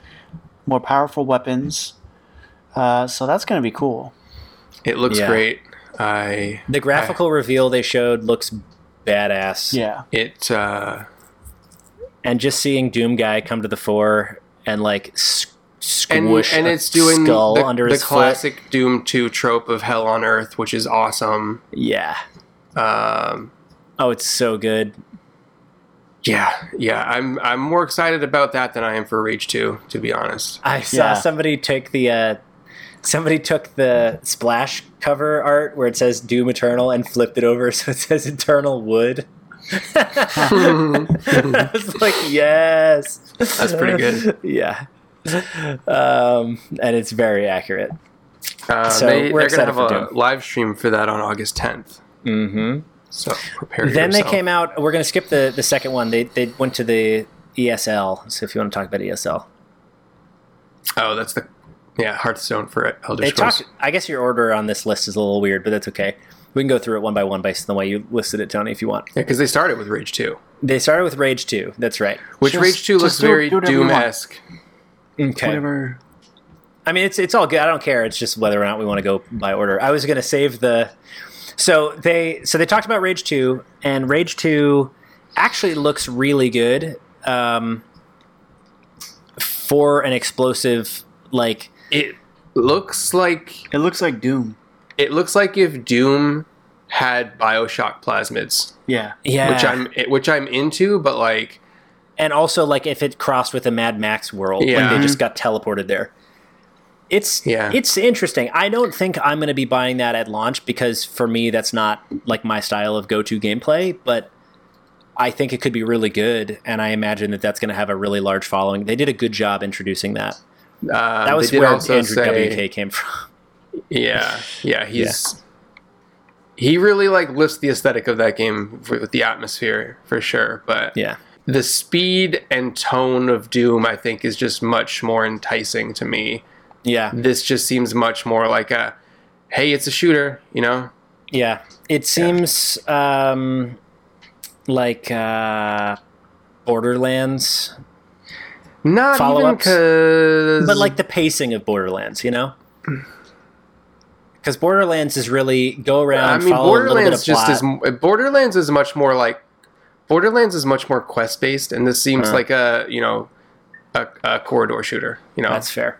more powerful weapons. Uh, so that's going to be cool.
It looks
Yeah.
great. I
the graphical reveal they showed looks badass.
Yeah.
it uh,
and just seeing Doom guy come to the fore and like s-
and
squish
and
a
it's doing
skull
the,
under
the
his foot.
classic Doom Two trope of Hell on Earth, which is awesome.
Yeah.
Um,
Oh, it's so good.
yeah, yeah. I'm I'm more excited about that than I am for Rage Two, to be honest.
I saw
Yeah.
somebody take the uh, somebody took the splash cover art where it says Doom Eternal and flipped it over so it says Eternal Wood.
Uh,
I was like, yes,
That's pretty good.
yeah. Um, and it's very accurate.
Uh,
So
they,
we're
are gonna
excited
have a
for Doom.
live stream for that on August 10th.
Mm-hmm.
So prepare.
then
yourself.
they came out we're going to skip the, the second one they, they went to the esl so if you want to talk about E esl
Oh, that's the yeah Hearthstone for Elder
they
Scrolls.
talked i guess your order on this list is a little weird but that's okay we can go through it one by one based on the way you listed it tony if you want
yeah, because they started with Rage Two,
they started with rage 2 that's right
which
Just-
Rage Two
just
looks
do-
very
do whatever you
Doom
want.
esque.
okay
Whatever.
i mean it's it's all good i don't care it's just whether or not we want to go by order i was going to save the so they so they talked about rage 2 and rage 2 actually looks really good um, for an explosive like
It looks like
It looks like Doom.
It looks like if Doom had Bioshock plasmids,
Yeah.
yeah
which I'm which I'm into, but like
and also like if it crossed with a Mad Max world,
Yeah.
like they just got teleported there. It's
Yeah.
it's interesting. I don't think I'm going to be buying that at launch because for me that's not like my style of go-to gameplay, but I think it could be really good and I imagine that that's going to have a really large following. They did a good job introducing that.
uh,
That was
they did
where
also
Andrew
say,
WK came from.
yeah, yeah, he's he really like lifts the aesthetic of that game for, with the atmosphere for sure, but
yeah.
the speed and tone of Doom I think is just much more enticing to me.
Yeah.
This just seems much more like a hey, it's a shooter, you know.
Yeah, it seems um, like uh, Borderlands,
Not even
Follow-ups?
because,
but like the pacing of Borderlands, you know? Because Borderlands is really go
I
around,
mean,
um, follow a little bit of
Borderlands
plot.
just is Borderlands is much more like Borderlands is much more quest based, and this seems
Uh.
like a you know a, a corridor shooter. You know,
That's fair,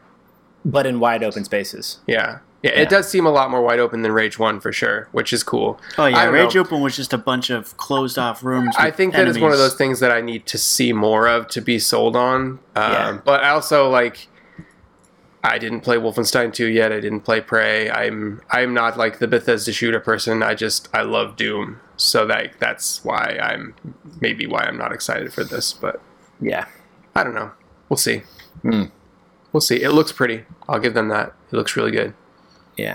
but in wide open spaces.
yeah. yeah,
Yeah.
It does seem a lot more wide open than Rage One for sure, which is cool.
Oh yeah.
I don't
Rage
know.
Open was just a bunch of closed off rooms.
I
with
think that is one of
enemies.
those things that I need to see more of to be sold on. Um,
Yeah.
But I also like. I didn't play Wolfenstein 2 yet. I didn't play Prey. I'm I'm not like the Bethesda shooter person. I just I love Doom. So like that's why I'm maybe why I'm not excited for this, but
Yeah,
I don't know. We'll see. we'll see. It looks pretty. I'll give them that. It looks really good.
Yeah.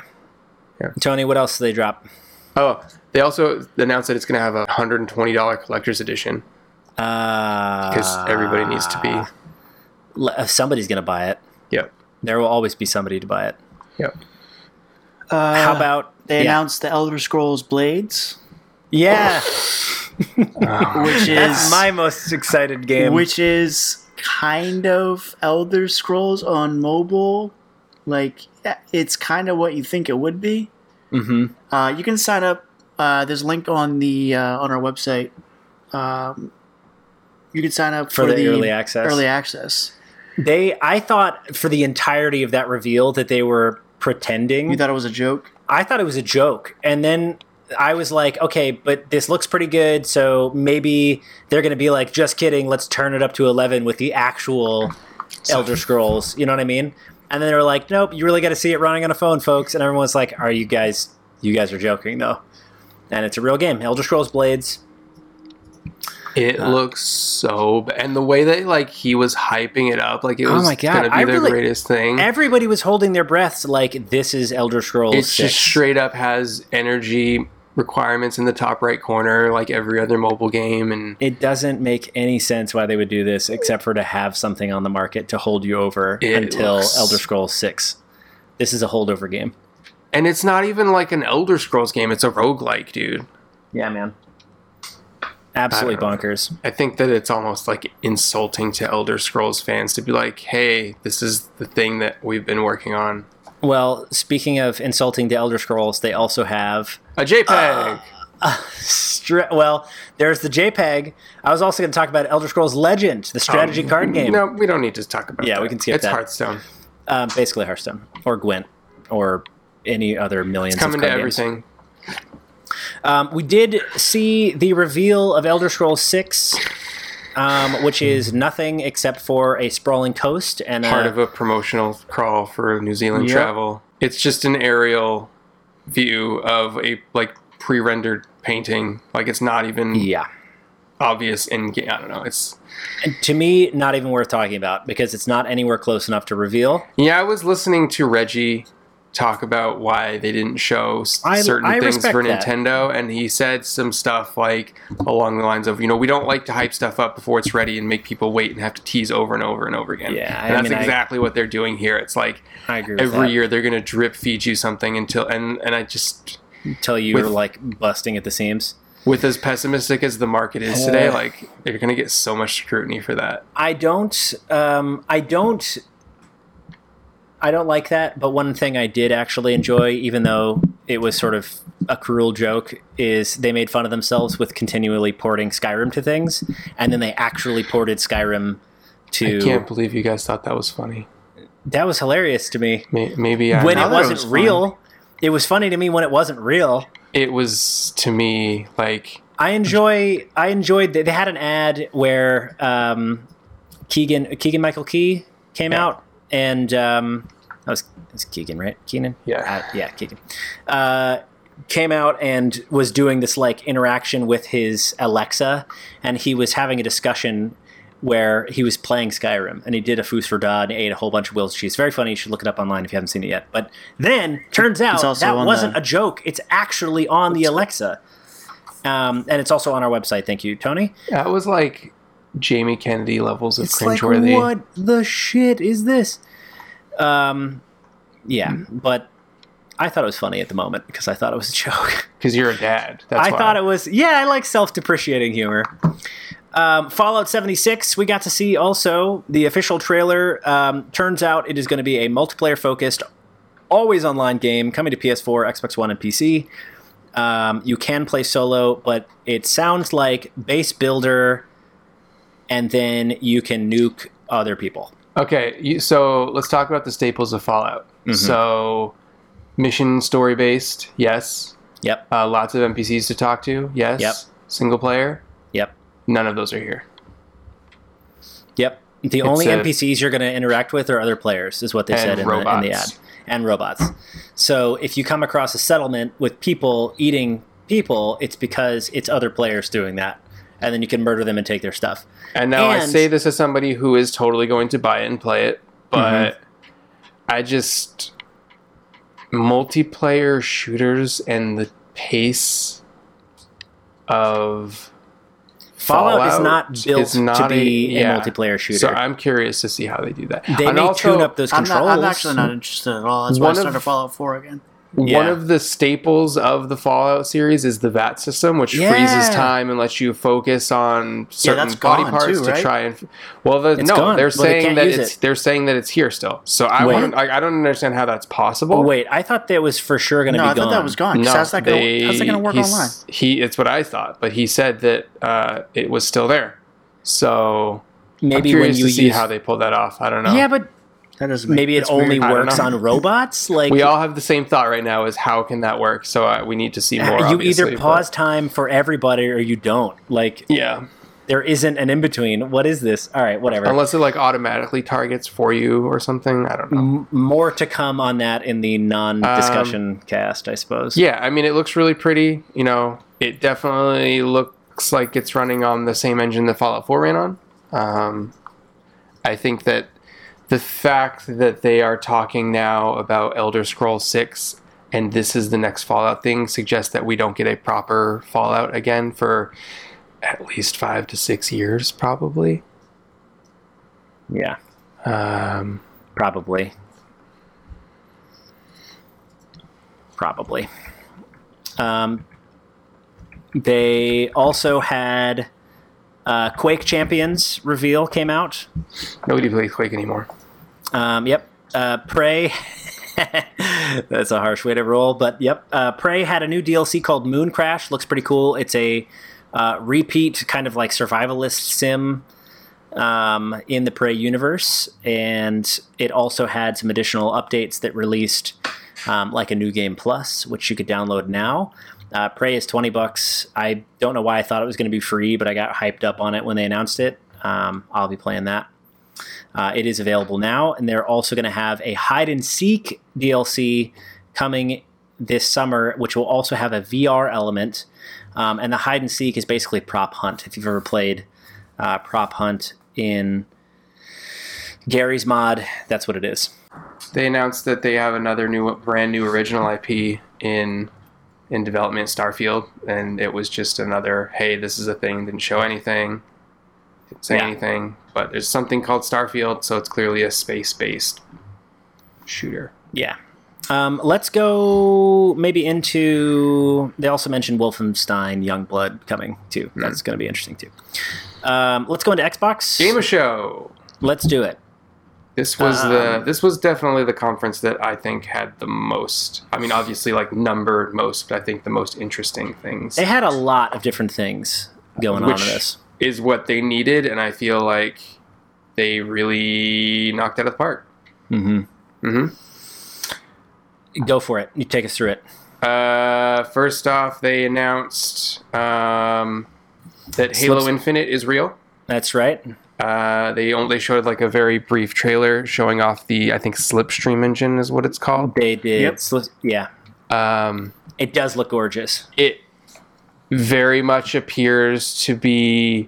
Yeah.
Tony, what else did they drop?
Oh, they also announced that it's going to have a hundred and twenty dollar collector's edition because
Because
everybody needs to be.
Uh, Somebody's going to buy it.
Yep.
There will always be somebody to buy it.
Yep.
Uh,
How about
they
yeah.
announced the Elder Scrolls Blades,
Yeah,
which
that's
is
my most excited game.
which is kind of Elder Scrolls on mobile. Like it's kind of what you think it would be.
hmm
Uh, you can sign up. Uh, there's a link on the uh, on our website. Um, you can sign up
For
for,
the early access?
Early access.
They, I thought for the entirety of that reveal that they were pretending.
You thought it was a joke?
I thought it was a joke, and then I was like, okay, but this looks pretty good, so maybe they're going to be like, just kidding. Let's turn it up to eleven with the actual Elder Scrolls. You know what I mean? And then they were like, nope, you really got to see it running on a phone, folks. And everyone's like, are you guys? You guys are joking though. And it's a real game, Elder Scrolls Blades.
It
Uh,
looks so bad. And the way that like he was hyping it up, like it
Oh
was
my God,
gonna be
I
the
really-
greatest thing.
Everybody was holding their breaths like this is Elder Scrolls.
It's
six.
just straight up has energy requirements in the top right corner, like every other mobile game, and
It doesn't make any sense why they would do this except for to have something on the market to hold you over
It
until
looks-
Elder Scrolls 6. This is a holdover game.
and it's not even like an Elder Scrolls game. It's a roguelike, dude.
Yeah, man. Absolutely
I don't know.
bonkers.
I think that it's almost like insulting to Elder Scrolls fans to be like, "Hey, this is the thing that we've been working on."
Well, speaking of insulting to Elder Scrolls, they also have
A JPEG.
stra- well, there's the JPEG. I was also going to talk about Elder Scrolls Legend, the strategy card game.
Oh, No, we don't need to talk about.
Yeah,
that.
we can skip
it's
that.
Hearthstone.
Um, basically Hearthstone or Gwent or any other millions
It's coming
of
to
card games.
everything.
Um, we did see the reveal of Elder Scrolls Six, um, which is nothing except for a sprawling coast and
Part
a,
of a promotional crawl for New Zealand
Yep.
travel. It's just an aerial view of a like pre-rendered painting. Like it's not even
yeah.
obvious in game. I don't know. It's
And to me, not even worth talking about because it's not anywhere close enough to reveal.
yeah. I was listening to Reggie talk about why they didn't show s-
I-
certain
I
things for
respect that.
Nintendo, and he said some stuff like along the lines of, you know, we don't like to hype stuff up before it's ready and make people wait and have to tease over and over and over again.
Yeah, I
and that's
mean, I-
exactly what they're doing here. It's like
I agree. With
every
that.
year they're going to drip feed you something until and and I just
until you're
with-
like busting at the seams.
with as pessimistic as the market is today, like they're going to get so much scrutiny for that.
I don't. Um, I don't. I don't like that. But one thing I did actually enjoy, even though it was sort of a cruel joke, is they made fun of themselves with continually porting Skyrim to things, and then they actually ported Skyrim
I can't
to.
believe you guys thought that was funny.
That was hilarious to me.
May- Maybe I
when
now
it
that it
wasn't
was fun.
real, it was funny to me. When it wasn't real,
it was to me like
I enjoy. I enjoyed. They they had an ad where um, Keegan Keegan Michael Key came
Yeah.
out, and um, that was it's Keegan, right? Keenan.
Yeah.
Uh, yeah, Keegan. Uh, came out and was doing this like interaction with his Alexa, and he was having a discussion where he was playing Skyrim, and he did a foos for da and ate a whole bunch of Will's cheese. Very funny. You should look it up online if you haven't seen it yet. But then turns out
also
that
on
wasn't
the-
a joke. It's actually on the Alexa. Um, and it's also on our website. Thank you, Tony.
that was like Jamie Kennedy levels of
It's like,
cringeworthy.
what the shit is this? Um, yeah, but I thought it was funny at the moment because I thought it was a joke.
Because you're a dad. That's
I
why.
thought it was, yeah, I like self depreciating humor. Um, Fallout 76, we got to see also the official trailer. Um, turns out it is going to be a multiplayer focused, always online game coming to PS4, Xbox One, and PC. Um, you can play solo, but it sounds like base builder, and then you can nuke other people.
Okay, you, so let's talk about the staples of Fallout.
Mm-hmm.
So, mission story based, yes.
Yep,
Uh, lots of NPCs to talk to, yes.
Yep.
Single player,
yep,
none of those are here.
yep. The only
a-
NPCs you're going to interact with are other players, is what they
And
said in the, in the ad.
robots.
And robots. So if you come across a settlement with people eating people, it's because it's other players doing that. And then you can murder them and take their stuff.
And now I
And- Mm-hmm.
say this as somebody who is totally going to buy it and play it, but I just multiplayer shooters and the pace of
Fallout, is
Fallout
not built
is not
to be
a-
a,
yeah.
multiplayer shooter.
So I'm curious to see how they do that.
they
And
may
also,
tune up those
I'm,
controls.
not, I'm actually not interested at all. That's why I
One of-
started Fallout 4 again.
One
Yeah.
of the staples of the Fallout series is the VAT system, which
Yeah.
freezes time and lets you focus on certain
that's
body
gone
parts
too,
to
right?
try and. Well, the,
It's
no,
gone.
they're
Well, they
saying
can't
that
use
it's
it.
they're saying that it's here still. So I
Wait.
want I, I don't understand how that's possible.
Oh, wait, I thought that was for sure going to
No,
be
I thought that was gone. 'cause
No,
how's that gonna-
they-
how's that going to work
he's-
online?
He, it's what I thought, but he said that uh, it was still there. So I'm
Maybe when
curious
you
to see
use
how they pulled that off. I don't know.
Yeah, but
That doesn't make
maybe it
That's weird.
only
I don't
works
know.
on robots. Like
we all have the same thought right now: is how can that work? So uh, we need to see more.
you either
obviously, but-
pause time for everybody or you don't. Like
Yeah,
there isn't an in between. What is this? All right, whatever.
unless it like automatically targets for you or something. I don't know.
M- more to come on that in the non-discussion cast, I suppose.
Yeah, I mean, it looks really pretty. You know, it definitely looks like it's running on the same engine that Fallout 4 ran on. Um, I think that the fact that they are talking now about Elder Scrolls 6 and this is the next Fallout thing suggests that we don't get a proper Fallout again for at least five to six years, probably.
yeah,
Um,
probably, probably. Um, they also had uh, Quake Champions reveal came out.
nobody plays Quake anymore.
Um, yep. Uh, Prey. That's a harsh way to roll, but yep. Uh, Prey had a new DLC called Moon Crash. Looks pretty cool. It's a uh, repeat kind of like survivalist sim um, in the Prey universe, and it also had some additional updates that released, um, like a new game plus, which you could download now. Uh, Prey is twenty bucks. I don't know why I thought it was going to be free, but I got hyped up on it when they announced it. Um, I'll be playing that. Uh, it is available now, and they're also going to have a hide and seek DLC coming this summer, which will also have a VR element. Um, and the hide and seek is basically prop hunt. If you've ever played uh, prop hunt in Gary's mod, that's what it is.
they announced that they have another new brand new original IP in in development Starfield and it was just another hey this is a thing didn't show anything didn't say
Yeah.
anything but there's something called Starfield so it's clearly a space based shooter
Yeah. Um, let's go maybe into. They also mentioned Wolfenstein Youngblood coming too. That's going to be interesting too. Um, let's go into Xbox.
game of show
let's do it.
this was the
Um,
this was definitely the conference that I think had the most I mean obviously like numbered most but I think the most interesting things
They had a lot of different things going on
Which-
in this.
is what they needed and I feel like they really knocked it out of the park
Mm-hmm.
mhm
Go for it. You take us through it.
Uh, first off, they announced um, that Halo
Slips-
Infinite is real.
That's right.
Uh, they only showed like a very brief trailer showing off the I think Slipstream engine is what it's called.
They did.
Yep.
sli- yeah.
Um,
It does look gorgeous.
it very much appears to be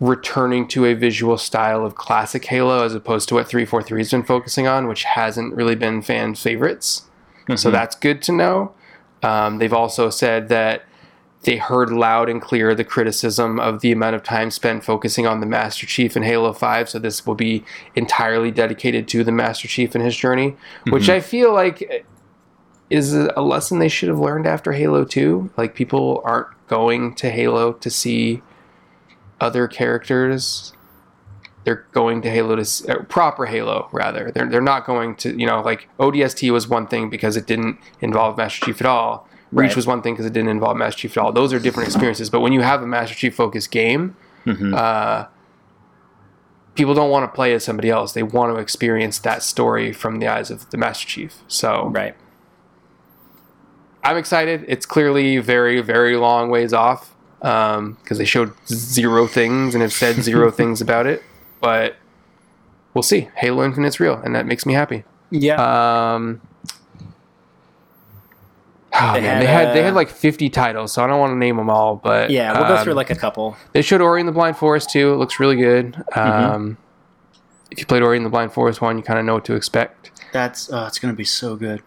returning to a visual style of classic Halo as opposed to what 343 has been focusing on, which hasn't really been fan favorites. So that's good to know. Um, they've also said that they heard loud and clear the criticism of the amount of time spent focusing on the Master Chief in Halo 5. So this will be entirely dedicated to the Master Chief and his journey, which I feel like is a lesson they should have learned after Halo 2. Like people aren't going to Halo to see other characters. They're going to Halo to s- uh, proper Halo rather. They're they're not going to, you know, like ODST was one thing because it didn't involve Master Chief at all. Reach
Right.
was one thing because it didn't involve Master Chief at all. Those are different experiences, but when you have a Master Chief focused game, uh, people don't want to play as somebody else. They want to experience that story from the eyes of the Master Chief. So
Right.
I'm excited. It's clearly very, very long ways off because they showed zero things and have said zero things about it. But we'll see. Halo Infinite's real, and that makes me happy.
Yeah.
Um, oh,
They
man,
had,
they had they
uh,
had like 50 titles, so I don't want to name them all. But
yeah. We'll go
um,
through like a couple. Mm-hmm.
they showed Ori and the Blind Forest too. It looks really good. Um, if you played Ori in the Blind Forest one, you kind of know what to expect.
That's oh, it's gonna be so good.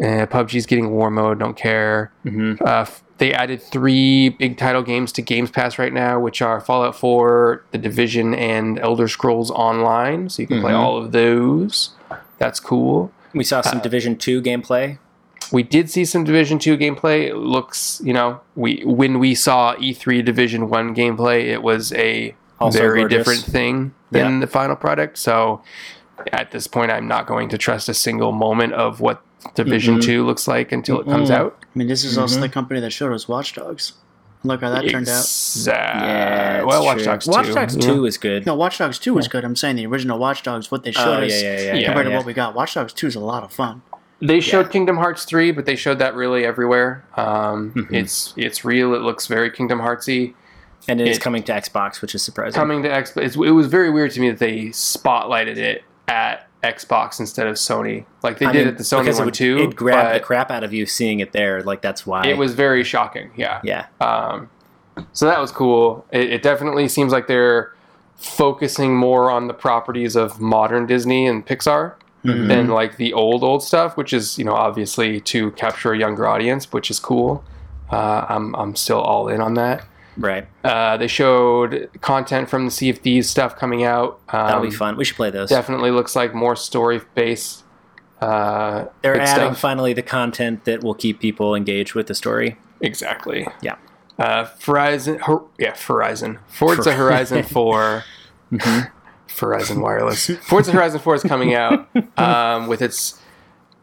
Uh, PUBG's getting war mode. Don't care.
Mm-hmm.
Uh, f- they added three big title games to Games Pass right now, which are Fallout 4, The Division, and Elder Scrolls Online. So you can play
Mm-hmm.
all of those. That's cool.
We saw
uh,
some Division Two gameplay.
We did see some Division Two gameplay. It looks, you know, we when we saw E3 Division One gameplay, it was a
Also
very
gorgeous.
different thing than the final product. So at this point, I'm not going to trust a single moment of what Division
Mm-hmm.
Two looks like until it comes out.
I mean, this is also the company that showed us Watch Dogs. Look how that turned out.
Exactly.
it's
uh, well, Watch
true.
Dogs Two.
uh, Watch Dogs
yeah.
Two Mm-hmm. is good.
No, Watch Dogs 2 was good. I'm saying the original Watch Dogs, what they
Oh,
showed
yeah,
us
yeah, yeah,
Yeah.
yeah.
compared
yeah.
to what we got. Watch Dogs 2 is a lot of fun.
They showed Kingdom Hearts three, but they showed that really everywhere. Um,
Mm-hmm.
It's it's real. It looks very Kingdom Heartsy.
and it is
it-
coming to Xbox, which is surprising.
Coming to Xbox, it was very weird to me that they spotlighted it at Xbox instead of Sony, like they
I
did
mean,
at the Sony
because
one
it would,
too.
It grabbed the
but
crap out of you seeing it there. Like that's why.
it was very shocking. Yeah.
Yeah.
Um, so that was cool. It, it definitely seems like they're focusing more on the properties of modern Disney and Pixar than like the old old stuff, which is you know obviously to capture a younger audience, which is cool. Uh, I'm I'm still all in on that.
Right.
Uh, they showed content from the Sea of Thieves stuff coming out. Um,
That'll be fun. We should play those.
Definitely looks like more story based. Uh,
They're
good
adding
stuff.
finally the content that will keep people engaged with the story.
Exactly.
Yeah.
Uh, Verizon, Hor- yeah, Verizon. Forza Horizon 4. Verizon Wireless. Forza Horizon 4 is coming out um, with its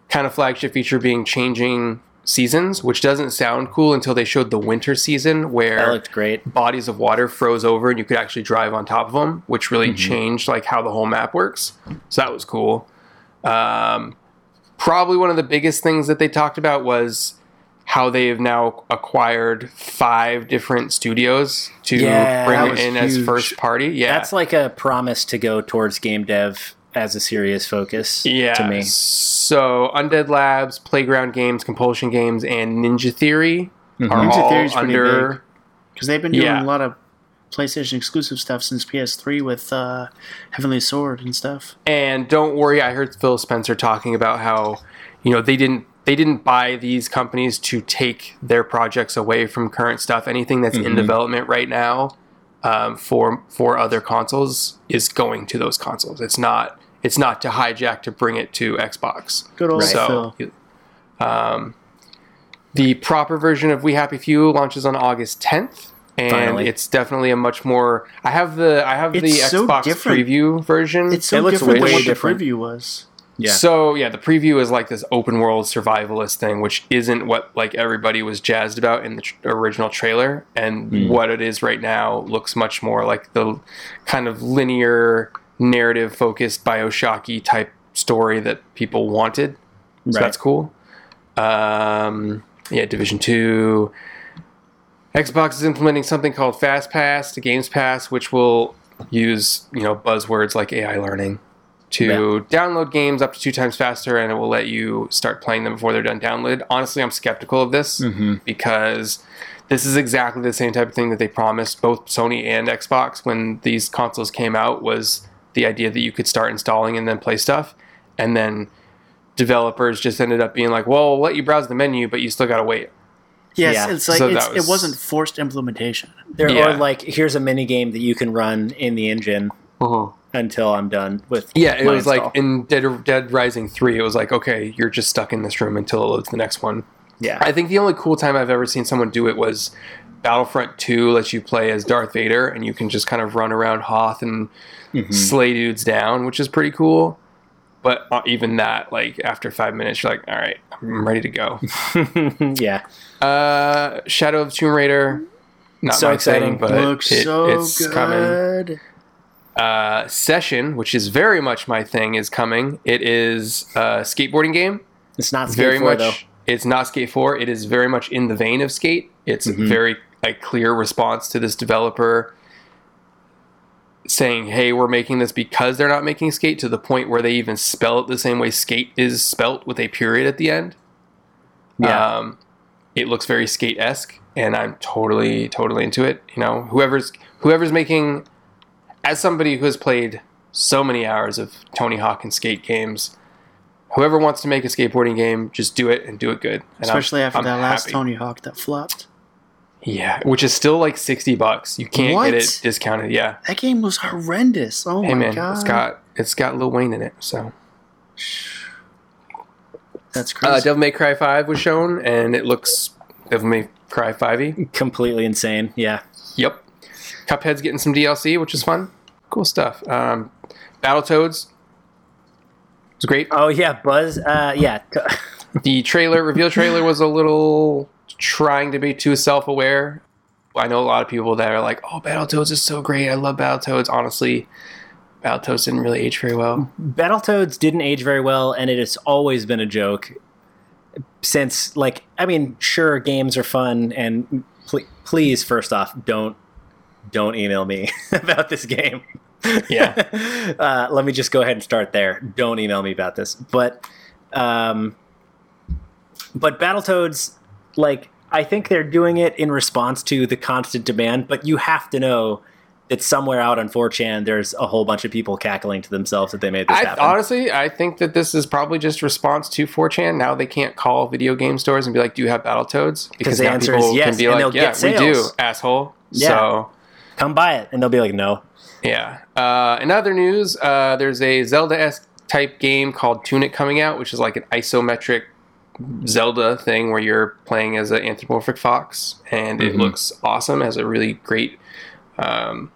kind of flagship feature being changing seasons, which doesn't sound cool until they showed the winter season
That
where
looked great.
bodies of water froze over and you could actually drive on top of them, which really
Mm-hmm.
changed like how the whole map works. So that was cool. Um, probably one of the biggest things that they talked about was how they have now acquired five different studios to
Yeah, that
bring it
was
in as
huge.
first party. Yeah,
That's like a promise to go towards game dev as a serious focus.
yeah.
To me.
So Undead Labs, Playground Games, Compulsion Games, and Ninja Theory
Mm-hmm.
are
Ninja
all
Theory's pretty
under.
big. Because they've been doing a
Yeah.
lot of PlayStation exclusive stuff since PS3 with uh, Heavenly Sword and stuff.
And don't worry, I heard Phil Spencer talking about how, you know, they didn't they didn't buy these companies to take their projects away from current stuff. Anything that's in development right now um, for for other consoles is going to those consoles. It's not it's not to hijack to bring it to Xbox.
Good old
So,
Phil.
um, the proper version of We Happy Few launches on August 10th, and
Finally.
it's definitely a much more. I have the I have the
It's so
Xbox
different.
preview version.
It's so
It looks
different than
way
what the
different.
preview was.
Yeah.
So yeah, the preview is like this open world survivalist thing, which isn't what like everybody was jazzed about in the tr- original trailer, and
Hmm.
what it is right now looks much more like the kind of linear narrative focused Bioshocky type story that people wanted. So
Right.
that's cool. Um, yeah, Division Two. Xbox is implementing something called Fast Pass to Games Pass, which will use you know buzzwords like AI learning to download games up to two times faster, and it will let you start playing them before they're done download. Honestly, I'm skeptical of this because this is exactly the same type of thing that they promised both Sony and Xbox when these consoles came out was the idea that you could start installing and then play stuff, and then developers just ended up being like, "Well, we'll let you browse the menu, but you still gotta wait."
Yes,
Yeah.
it's like
So
it's,
that was-
it wasn't forced implementation.
There
Yeah.
are like here's a mini game that you can run in the engine until I'm done with.
Yeah, it
my
was
install.
like in Dead, Dead Rising three, it was like, "Okay, you're just stuck in this room until it loads the next one."
yeah.
I think the only cool time I've ever seen someone do it was Battlefront 2 lets you play as Darth Vader and you can just kind of run around Hoth and
Hmm.
slay dudes down, which is pretty cool. But uh, even that, like after five minutes, you're like, all right, I'm ready to go.
Mm-hmm. yeah.
Uh, Shadow of Tomb Raider, not
So
my
exciting.
thing, but
Looks
it-
so
it's
good.
coming. Uh, Session, which is very much my thing, is coming. It is a skateboarding game.
It's not
very
scary
much
though.
it's not skate 4 it is very much in the vein of skate it's
Mm-hmm.
a very a clear response to this developer saying hey we're making this because they're not making skate to the point where they even spell it the same way skate is spelt with a period at the end
Yeah.
um, it looks very skate-esque and i'm totally totally into it you know whoever's whoever's making as somebody who has played so many hours of Tony Hawk and skate games. Whoever wants to make a skateboarding game, just do it and do it good. And I'm-
Especially after
I'm
that last
happy.
Tony Hawk that flopped.
Yeah, which is still like sixty bucks. You can't
What?
get it discounted. Yeah,
That game was horrendous. Oh
hey
my
man,
god,
it's got it's got Lil Wayne in it. So
that's
uh,
crazy.
Devil May Cry Five was shown, and it looks Devil May Cry Five E.
Completely insane. Yeah.
Yep. Cuphead's getting some DLC, which is fun. Cool stuff. Um, Battletoads was great.
Oh yeah, Buzz. Uh, yeah.
The trailer, reveal trailer, was a little trying to be too self aware. I know a lot of people that are like, oh, Battletoads is so great. I love Battletoads. Honestly, Battletoads didn't really age very well.
Battletoads didn't age very well, and it has always been a joke. Since, like, I mean, sure, games are fun, and pl- please, first off, don't don't email me about this game.
Yeah.
uh, let me just go ahead and start there. Don't email me about this, but um, but Battletoads, like, I think they're doing it in response to the constant demand. But you have to know. That somewhere out on 4chan, there's a whole bunch of people cackling to themselves that they made this
I,
happen.
honestly, I think that this is probably just response to 4chan. Now they can't call video game stores and be like, do you have Battletoads? Because
the
now
answer is yes, and they'll
yeah,
get
we do,
sales."
asshole.
Yeah.
So.
come buy it and they'll be like no
Yeah. Uh, in other news, uh, there's a Zelda-esque type game called Tunic coming out, which is like an isometric Zelda thing where you're playing as an anthropomorphic fox, and it looks awesome. Has a really great um,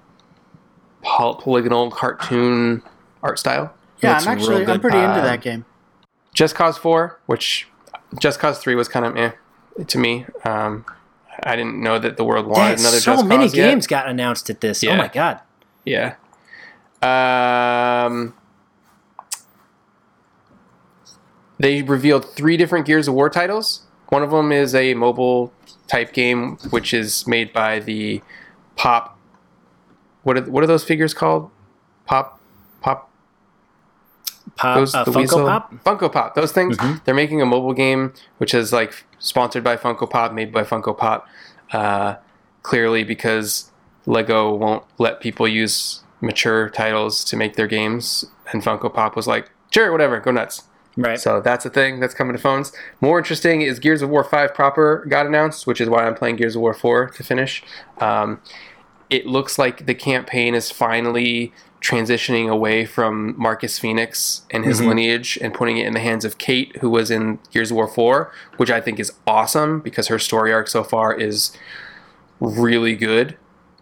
poly- polygonal cartoon art style.
yeah,
looks
I'm
real
actually I'm
good.
pretty into
Uh,
that game.
Just Cause 4, which Just Cause 3 was kind of eh to me. Um, I didn't know that the world wanted
Dang,
another
so
Just
many
Cause yet.
games got announced at this oh
Yeah.
my god
Yeah. Um, they revealed three different Gears of War titles. One of them is a mobile type game, which is made by the Pop. What are, what are those figures called? Pop, pop.
pop,
Those
uh,
the
funko
weasel-
pop Mm-hmm.
Funko Pop. Those things. They're making a mobile game, which is like sponsored by Funko Pop, made by Funko Pop. Uh, clearly, because Lego won't let people use mature titles to make their games, and Funko Pop was like, "Sure, whatever, go nuts."
right
So that's a thing that's coming to phones. More interesting is Gears of War 5 proper got announced, which is why I'm playing Gears of War 4 to finish. Um, it looks like the campaign is finally transitioning away from Marcus Phoenix and his lineage and putting it in the hands of Kate, who was in Gears of War 4, which I think is awesome because her story arc so far is really good.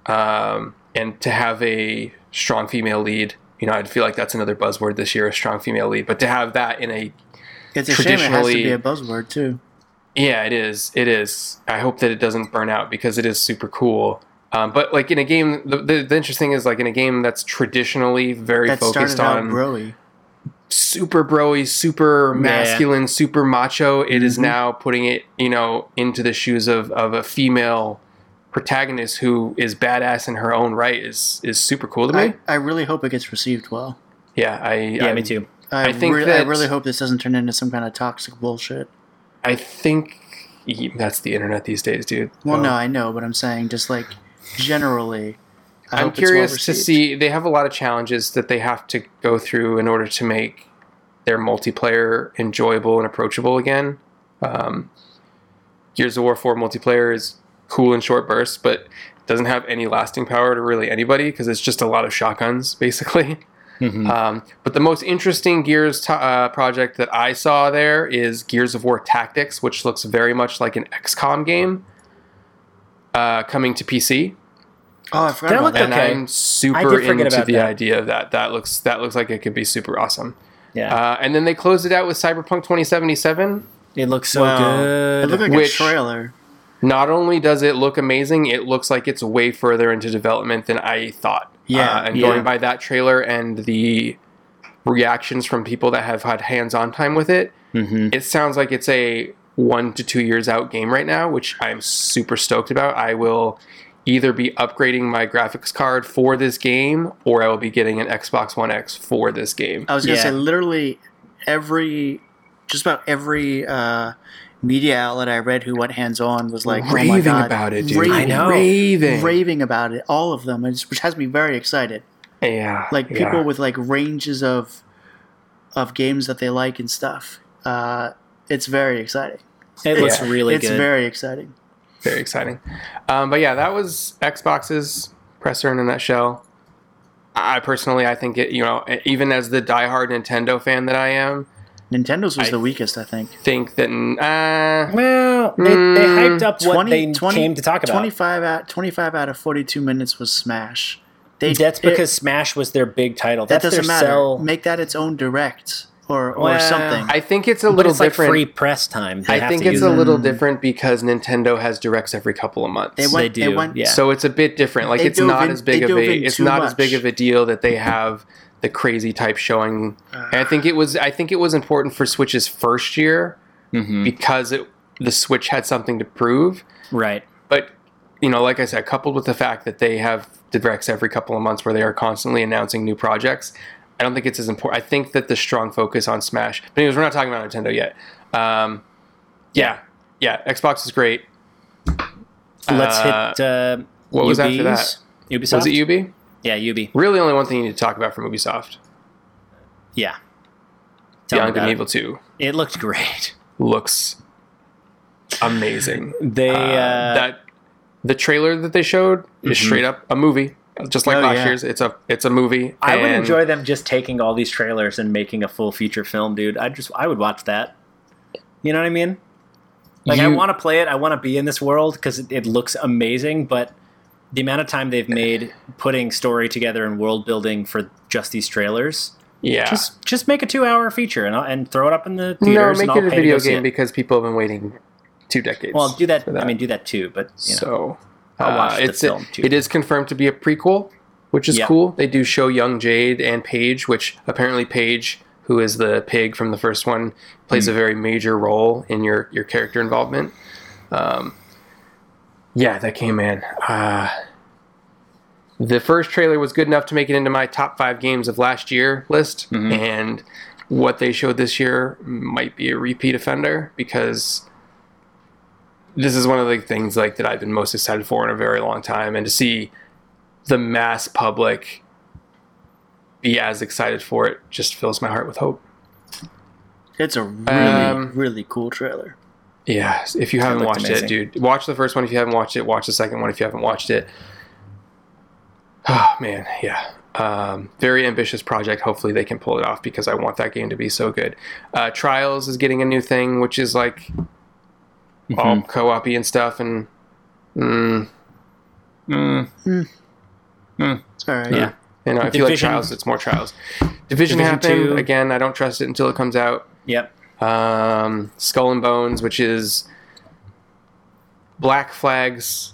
Um, and to have a strong female lead. You know, I feel like that's another buzzword this year, a strong female lead. But to have that in a
It's a shame it has to
traditionally-
be a buzzword too.
yeah, it is. It is. I hope that it doesn't burn out because it is super cool. Um, but like in a game, the, the, the interesting thing is like in a game that's traditionally very
That
focused
started out
on
broy.
super broy, super masculine, super macho. It is
Mm-hmm.
now putting it, you know, into the shoes of, of a female protagonist who is badass in her own right is is super cool to me.
I, I really hope it gets received well.
yeah, I
yeah
I,
me too
I,
I think
re- I
that-
really hope this doesn't turn into some kind of toxic bullshit.
I think that's the internet these days, dude.
Well,
Um,
no, I know, but I'm saying just like generally. I
I'm
hope it's well
curious to
received.
see. They have a lot of challenges that they have to go through in order to make their multiplayer enjoyable and approachable again. Um, Gears of War 4 multiplayer is cool in short bursts, but doesn't have any lasting power to really anybody because it's just a lot of shotguns, basically.
Mm-hmm.
Um, but the most interesting Gears to- uh, project that I saw there is Gears of War Tactics, which looks very much like an XCOM game uh, coming to PC
Oh, I forgot
That
about
looked
that.
and
Okay.
I'm
I
super
did forget
into
about
the
that.
idea of that. That looks that looks like it could be super awesome.
yeah
Uh, and then they closed it out with Cyberpunk 2077.
it looks so
Wow.
good
It looked like
Which-
a trailer.
Not only does it look amazing, it looks like it's way further into development than I thought.
Yeah,
uh, and
yeah.
going by that trailer and the reactions from people that have had hands-on time with it,
Mhm.
it sounds like it's a one to two years out game right now, which I'm super stoked about. I will either be upgrading my graphics card for this game or I will be getting an Xbox One X for this game.
I was gonna
Yeah.
say literally every, just about every uh, media outlet I read who went hands on was like oh my
Raving
God,
about it, dude.
Raving,
I know.
Raving.
raving about it. All of them, it's- which has me very excited.
Yeah.
like
yeah.
people with like ranges of of games that they like and stuff. Uh, it's very exciting.
It looks
Yeah.
really
it's
good.
very exciting.
very exciting. Um, but yeah, that was Xbox's presser in a nutshell. I personally, I think it. You know, e, even as the diehard Nintendo fan that I am,
Nintendo's was
I-
the weakest, I think.
think that uh,
well, they, they
Mm,
hyped up what
20
they
20
came to talk about.
25 out, 25 out of 42 minutes was Smash. They,
That's
it-
because Smash was their big title.
that
That's
doesn't
their
matter.
sell.
Make that its own direct or, or
Well,
something.
I think it's a
but
little
it's like
different.
free press time. They
I
have
think
to
it's
use
a
it.
little different because Nintendo has directs every couple of months.
they went,
do,
They went,
yeah.
So it's a bit different. Like
They
it's
dove
not
in-
as big
they
of
dove
a
in
it's
too
not as big
much.
of a deal that they have the crazy type showing. And I think it was I think it was important for Switch's first year
Mm-hmm.
because it the Switch had something to prove.
Right.
But you know, like I said, coupled with the fact that they have directs every couple of months where they are constantly announcing new projects, I don't think it's as important. I think that the strong focus on Smash. But anyways, we're not talking about Nintendo yet. Um, yeah, yeah, Xbox is great.
Let's
Uh,
hit. Uh,
what was after
UBs? Ubisoft.
Was it UB?
Yeah, UB.
Really, only one thing you need to talk about from Ubisoft:
Yeah. Tell me
Beyond Good
about
and
it.
Evil Two
It looked great.
looks amazing.
They uh, Mm-hmm.
Uh, that the trailer that they showed is straight up a movie, just like
Oh,
last
yeah.
year's. It's a it's a movie.
I would
and
enjoy them just taking all these trailers and making a full feature film, dude. I just I would watch that. You know what I mean? Like I
You-
want to play it. I want to be in this world because it, it looks amazing. But the amount of time they've made putting story together and world building for just these trailers,
Yeah.
just just make a two hour feature and I'll, and throw it up in the
no,
theaters.
make
and
it
I'll
a
pay to
video
go see
game
it.
because people have been waiting two decades.
well, do that,
for that.
I mean, do that too. But you know,
so
I'll watch
uh,
the
it's
film too.
it is confirmed to be a prequel, which is
Yeah.
cool. They do show young Jade and Paige, which apparently Paige, who is the pig from the first one, plays a very major role in your your character involvement. Um, yeah, that came in. Uh, the first trailer was good enough to make it into my top five games of last year list, and what they showed this year might be a repeat offender because this is one of the things like that I've been most excited for in a very long time, and to see the mass public be as excited for it just fills my heart with hope.
it's a really,
Um,
really cool trailer.
Yeah, if you haven't
looked
watched
amazing.
it, dude, watch the first one if you haven't watched it. Watch the second one if you haven't watched it. Oh man, yeah. Um, very ambitious project. Hopefully they can pull it off because I want that game to be so good. Uh, Trials is getting a new thing, which is like all co-op and stuff, and mm,
It's all right.
yeah.
you know, if you like
Division-
Trials, it's more Trials. Division,
Division
happened
two.
again. I don't trust it until it comes out.
Yep.
um, Skull and Bones, which is Black Flag's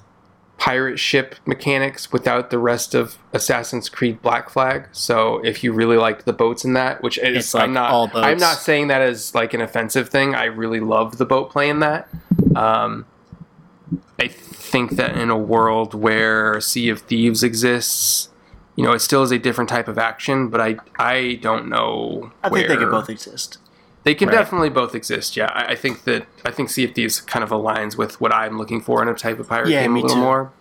pirate ship mechanics without the rest of Assassin's Creed Black Flag. So if you really liked the boats in that, which is,
It's like
I'm not,
all boats.
I'm not saying that as like an offensive thing. I really love the boat play in that. Um, I think that in a world where Sea of Thieves exists. You know, it still is a different type of action, but I I don't know.
I think they
where-
could both exist.
they can
Right.
definitely both exist. Yeah, I, I think that I think Sea of Thieves kind of aligns with what I'm looking for in a type of pirate
Yeah,
game a
me
little
too.
more.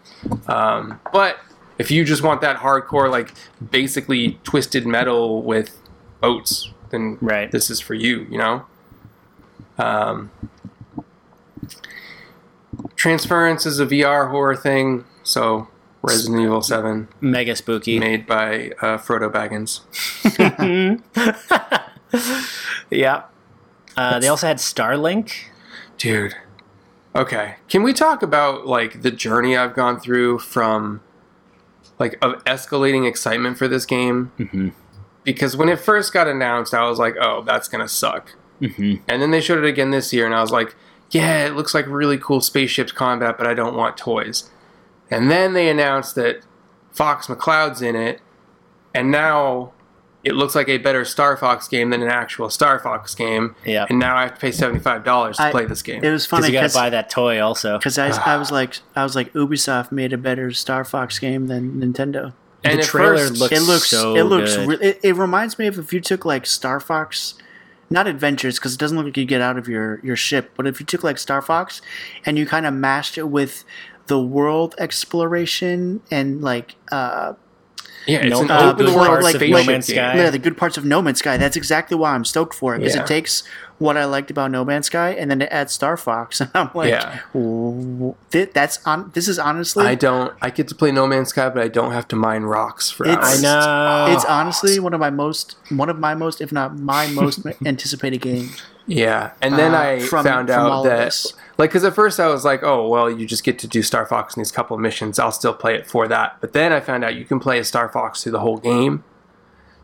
Um, but if you just want that hardcore, like basically twisted metal with boats, then
Right.
this is for you. You know. Um, Transference is a VR horror thing, so Resident Evil Seven,
Mega spooky.
made by uh, Frodo Baggins.
Yeah. Uh, they also had Starlink.
Dude. Okay. Can we talk about like the journey I've gone through from like of escalating excitement for this game?
Mhm.
Because when it first got announced, I was like, "Oh, that's gonna suck."
Mhm.
And then they showed it again this year, and I was like, "Yeah, it looks like really cool spaceships combat, but I don't want toys." And then they announced that Fox McCloud's in it, and now it looks like a better Star Fox game than an actual Star Fox game.
Yeah.
And now I have to pay seventy five dollars to
I-
play this game.
It was
Because
funny
you got to
because
buy that toy also.
I, I was like I was like Ubisoft made a better Star Fox game than Nintendo.
the
at
trailer
first-
looks
it looks
so
it looks
good.
re- it, it reminds me of if you took like Star Fox not adventures because it doesn't look like you get out of your your ship but if you took like Star Fox and you kind of mashed it with the world exploration and like uh
Yeah, it's
No-
an
uh,
open
those
world
parts
like
of
spaceship
No Man's
game.
Sky.
Yeah, the good parts of No Man's Sky. That's exactly why I'm stoked for it because
Yeah.
it takes what I liked about No Man's Sky and then it adds Star Fox. And I'm like,
Yeah.
"Wh- thi- that's on. This is honestly,
I don't. I get to play No Man's Sky, but I don't have to mine rocks for
It's-
I
hours.
know.
it's honestly one of my most, one of my most, if not my most anticipated game.
Yeah, and then
Uh,
I
from-
found
from all
out
of
that,
this.
like, because at first I was like, oh well, you just get to do Star Fox in these couple of missions. I'll still play it for that. But then I found out you can play as Star Fox through the whole game.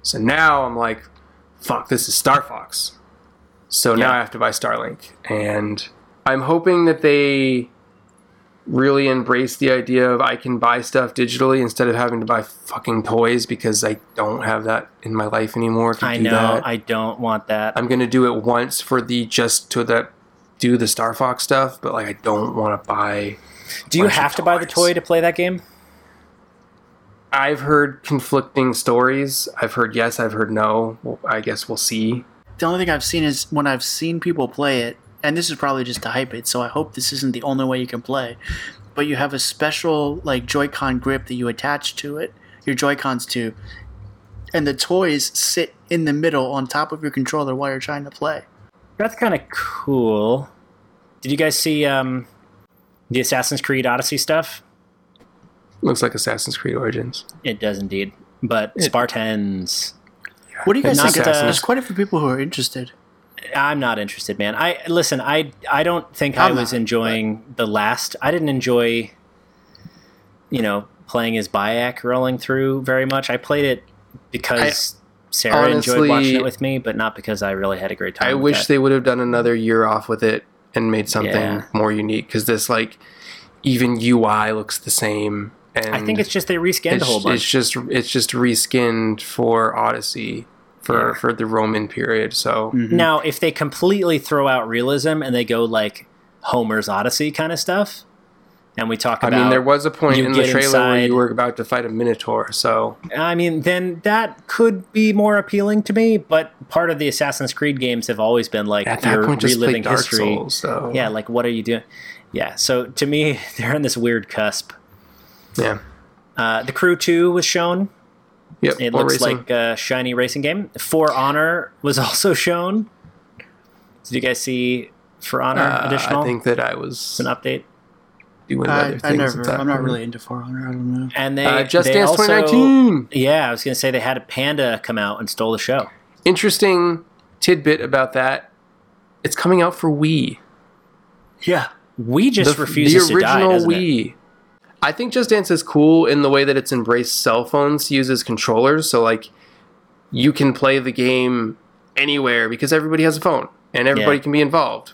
So now I'm like, fuck, this is Star Fox. So now I have to buy Starlink, and I'm hoping that they really embrace the idea of I can buy stuff digitally instead of having to buy fucking toys because I don't have that in my life anymore. To
I
do
know.
That.
I don't want that.
I'm gonna do it once for the just to the do the Star Fox stuff, but like I don't want to buy.
Do you
bunch of
have to buy the toy
toys.
to play that game?
I've heard conflicting stories. I've heard yes. I've heard no. Well, I guess we'll see.
The only thing I've seen is when I've seen people play it, and this is probably just to hype it. So I hope this isn't the only way you can play. But you have a special like Joy-Con grip that you attach to it, your Joy-Cons to, and the toys sit in the middle on top of your controller while you're trying to play.
That's kind of cool. Did you guys see um, the Assassin's Creed Odyssey stuff?
Looks like Assassin's Creed Origins.
It does indeed. But Spartans,
What do you guys
Not
think? of
Assassin's-
that? There's quite a few people who are interested.
I'm not interested, man. I listen. I I don't think i
I'm
was
not,
enjoying the last. I didn't enjoy, you know, playing as Bayak rolling through very much. I played it because Sarah enjoyed
honestly-
watching it with me, but not because I really had a great time.
I
with
wish
that.
they would have done another year off with it and made something
Yeah.
more unique because this like even UI looks the same. And
I think it's just they reskinned a
it's,
whole bunch.
it's just it's just reskinned for Odyssey for for the Roman period.
Mm.
So
Now, if they completely throw out realism and they go like Homer's Odyssey kind of stuff, and we talk
I
about,
mean, there was a point
you
in the
get
trailer where
inside-
you were about to fight a minotaur. So
I mean, then that could be more appealing to me. But part of the Assassin's Creed games have always been like
at that
you're
point, just play
reliving
Dark
history.
Souls. So
Yeah, like what are you doing? Yeah, so to me, they're in this weird cusp.
yeah,
Uh, the Crew Two was shown.
yep.
It
more
looks
racing.
like a shiny racing game. For Honor was also shown. Did you guys see For Honor
Uh,
additional?
I think that I was
an update.
doing
I,
other
I
things.
never.
at that
I'm not
point.
really into For Honor. I don't know.
And they
Uh, Just
they
Dance
also-
2019.
Yeah, I was gonna say they had a panda come out and stole the show.
Interesting tidbit about that. It's coming out for Wii.
Yeah.
We just
the,
refuses
the original
to die, doesn't it?
Wii. I think Just Dance is cool in the way that it's embraced cell phones to use as controllers. So like, you can play the game anywhere because everybody has a phone and everybody
Yeah.
can be involved.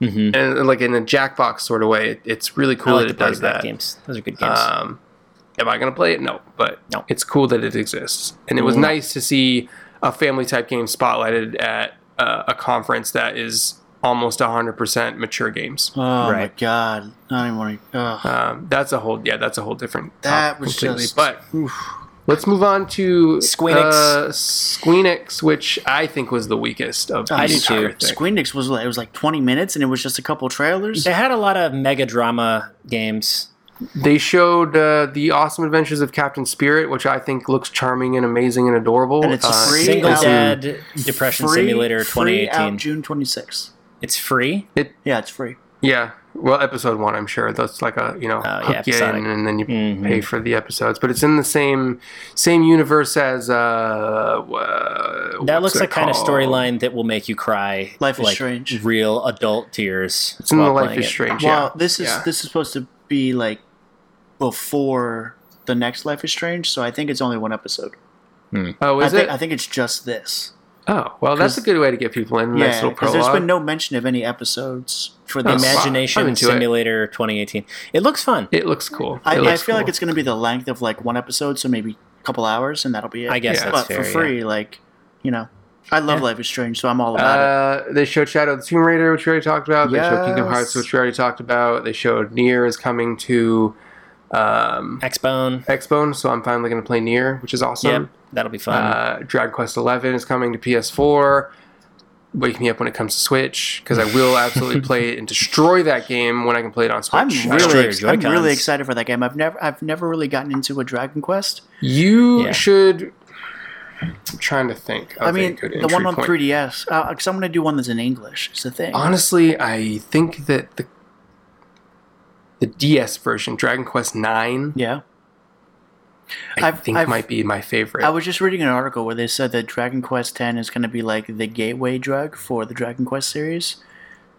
Mhm.
And and, like in a Jackbox sort of way, it- it's really
I
cool
like
that
the
it does
that.
that.
games. Those are good games.
Um, am I gonna play it? No, but
No.
it's cool that it exists, and it was
Yeah.
nice to see a family type game spotlighted at uh, a conference that is almost 100% mature games.
Oh my
Right.
god. I don't even want to. Uh,
Um, that's a whole yeah, that's a whole different
That
topic
was
completely.
just-
but let's move on to
Squeenix.
uh, Squeenix, which I think was the weakest of
I do
the entire
too.
thing.
Squeenix was like it was like 20 minutes and it was just a couple trailers.
they had a lot of mega drama games.
They showed uh, the awesome adventures of Captain Spirit, which I think looks charming and amazing and adorable.
And it's
Uh,
free
Single
out-
Dad Depression
Free-
Simulator
free
2018.
out June 26th.
it's free.
it
Yeah, it's free.
Yeah. Well, episode one, I'm sure that's like a you know
Oh, yeah,
hook you
episodic.
in and then you
Mhm.
pay for the episodes, but it's in the same same universe as uh. wha-
That
what's
looks
it
like kind of
called?
storyline that will make you cry.
Life is
like,
Strange.
Real adult tears.
It's in the
while
Life
playing
is
it.
Strange.
Well,
yeah.
this is
Yeah.
this is supposed to be like before the next Life is Strange, so I think it's only one episode.
oh,
I
is
think
it?
I think it's just this.
oh, well, that's a good way to get people in. Nice
Yeah,
little
because there's
prologue.
been no mention of any episodes for
Oh,
this.
wow. I'm
Imagination
into it.
Simulator 2018. It looks fun.
it looks cool.
I,
It
I
looks
feel like
cool.
it's going to be the length of like one episode, so maybe a couple hours, and that'll be it.
I guess
Yeah.
that's
but
fair.
for
yeah.
free, like you know, I love Life is Strange, so I'm all about it.
Uh, they showed Shadow of the Tomb Raider, which we already talked about. They showed Kingdom
Yes.
Hearts, which we already talked about. They showed Nier is coming to um,
Xbone.
Xbone, so I'm finally going to play Nier, which is awesome.
Yep, that'll be fun.
Uh, Dragon Quest Eleven is coming to PS4. wake me up when it comes to Switch because I will absolutely play it and destroy that game when I can play it on
I'm
Switch. I-
Destroy
really,
your
ex- I'm
Joy-Cons.
really excited for that game. I've never, I've never really gotten into a Dragon Quest.
you
Yeah.
should. I'm trying to think. Of
I mean,
a good
the
entry
one on
point.
3DS. Because uh, I'm going to do one that's in English. Is the thing.
Honestly, I think that the the DS version, Dragon Quest Nine,
yeah.
I
I've-
think
I've-
might be my favorite.
I was just reading an article where they said that Dragon Quest X is going to be like the gateway drug for the Dragon Quest series.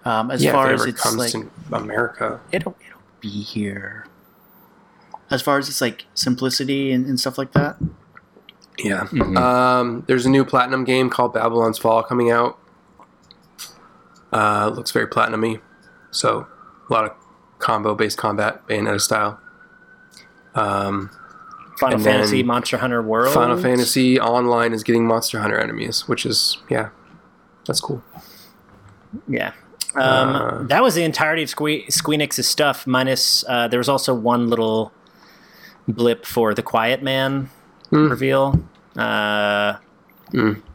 Um, as
yeah, if
far
it
as
ever
it's
comes
like,
to America.
it'll, it'll be here. As far as it's like simplicity and, and stuff like that.
Yeah.
Mm-hmm.
Um, there's a new platinum game called Babylon's Fall coming out. Uh, looks very platinumy, so a lot of combo-based combat, Bayonetta style. Um,
Final
And
Fantasy,
then
Monster Hunter World,
Final Fantasy Online is getting Monster Hunter enemies, which is yeah, that's cool.
Yeah. Um,
Uh,
that was the entirety of Sque- Squeenix's stuff. Minus uh, there was also one little blip for the Quiet Man
Mm.
reveal. Uh,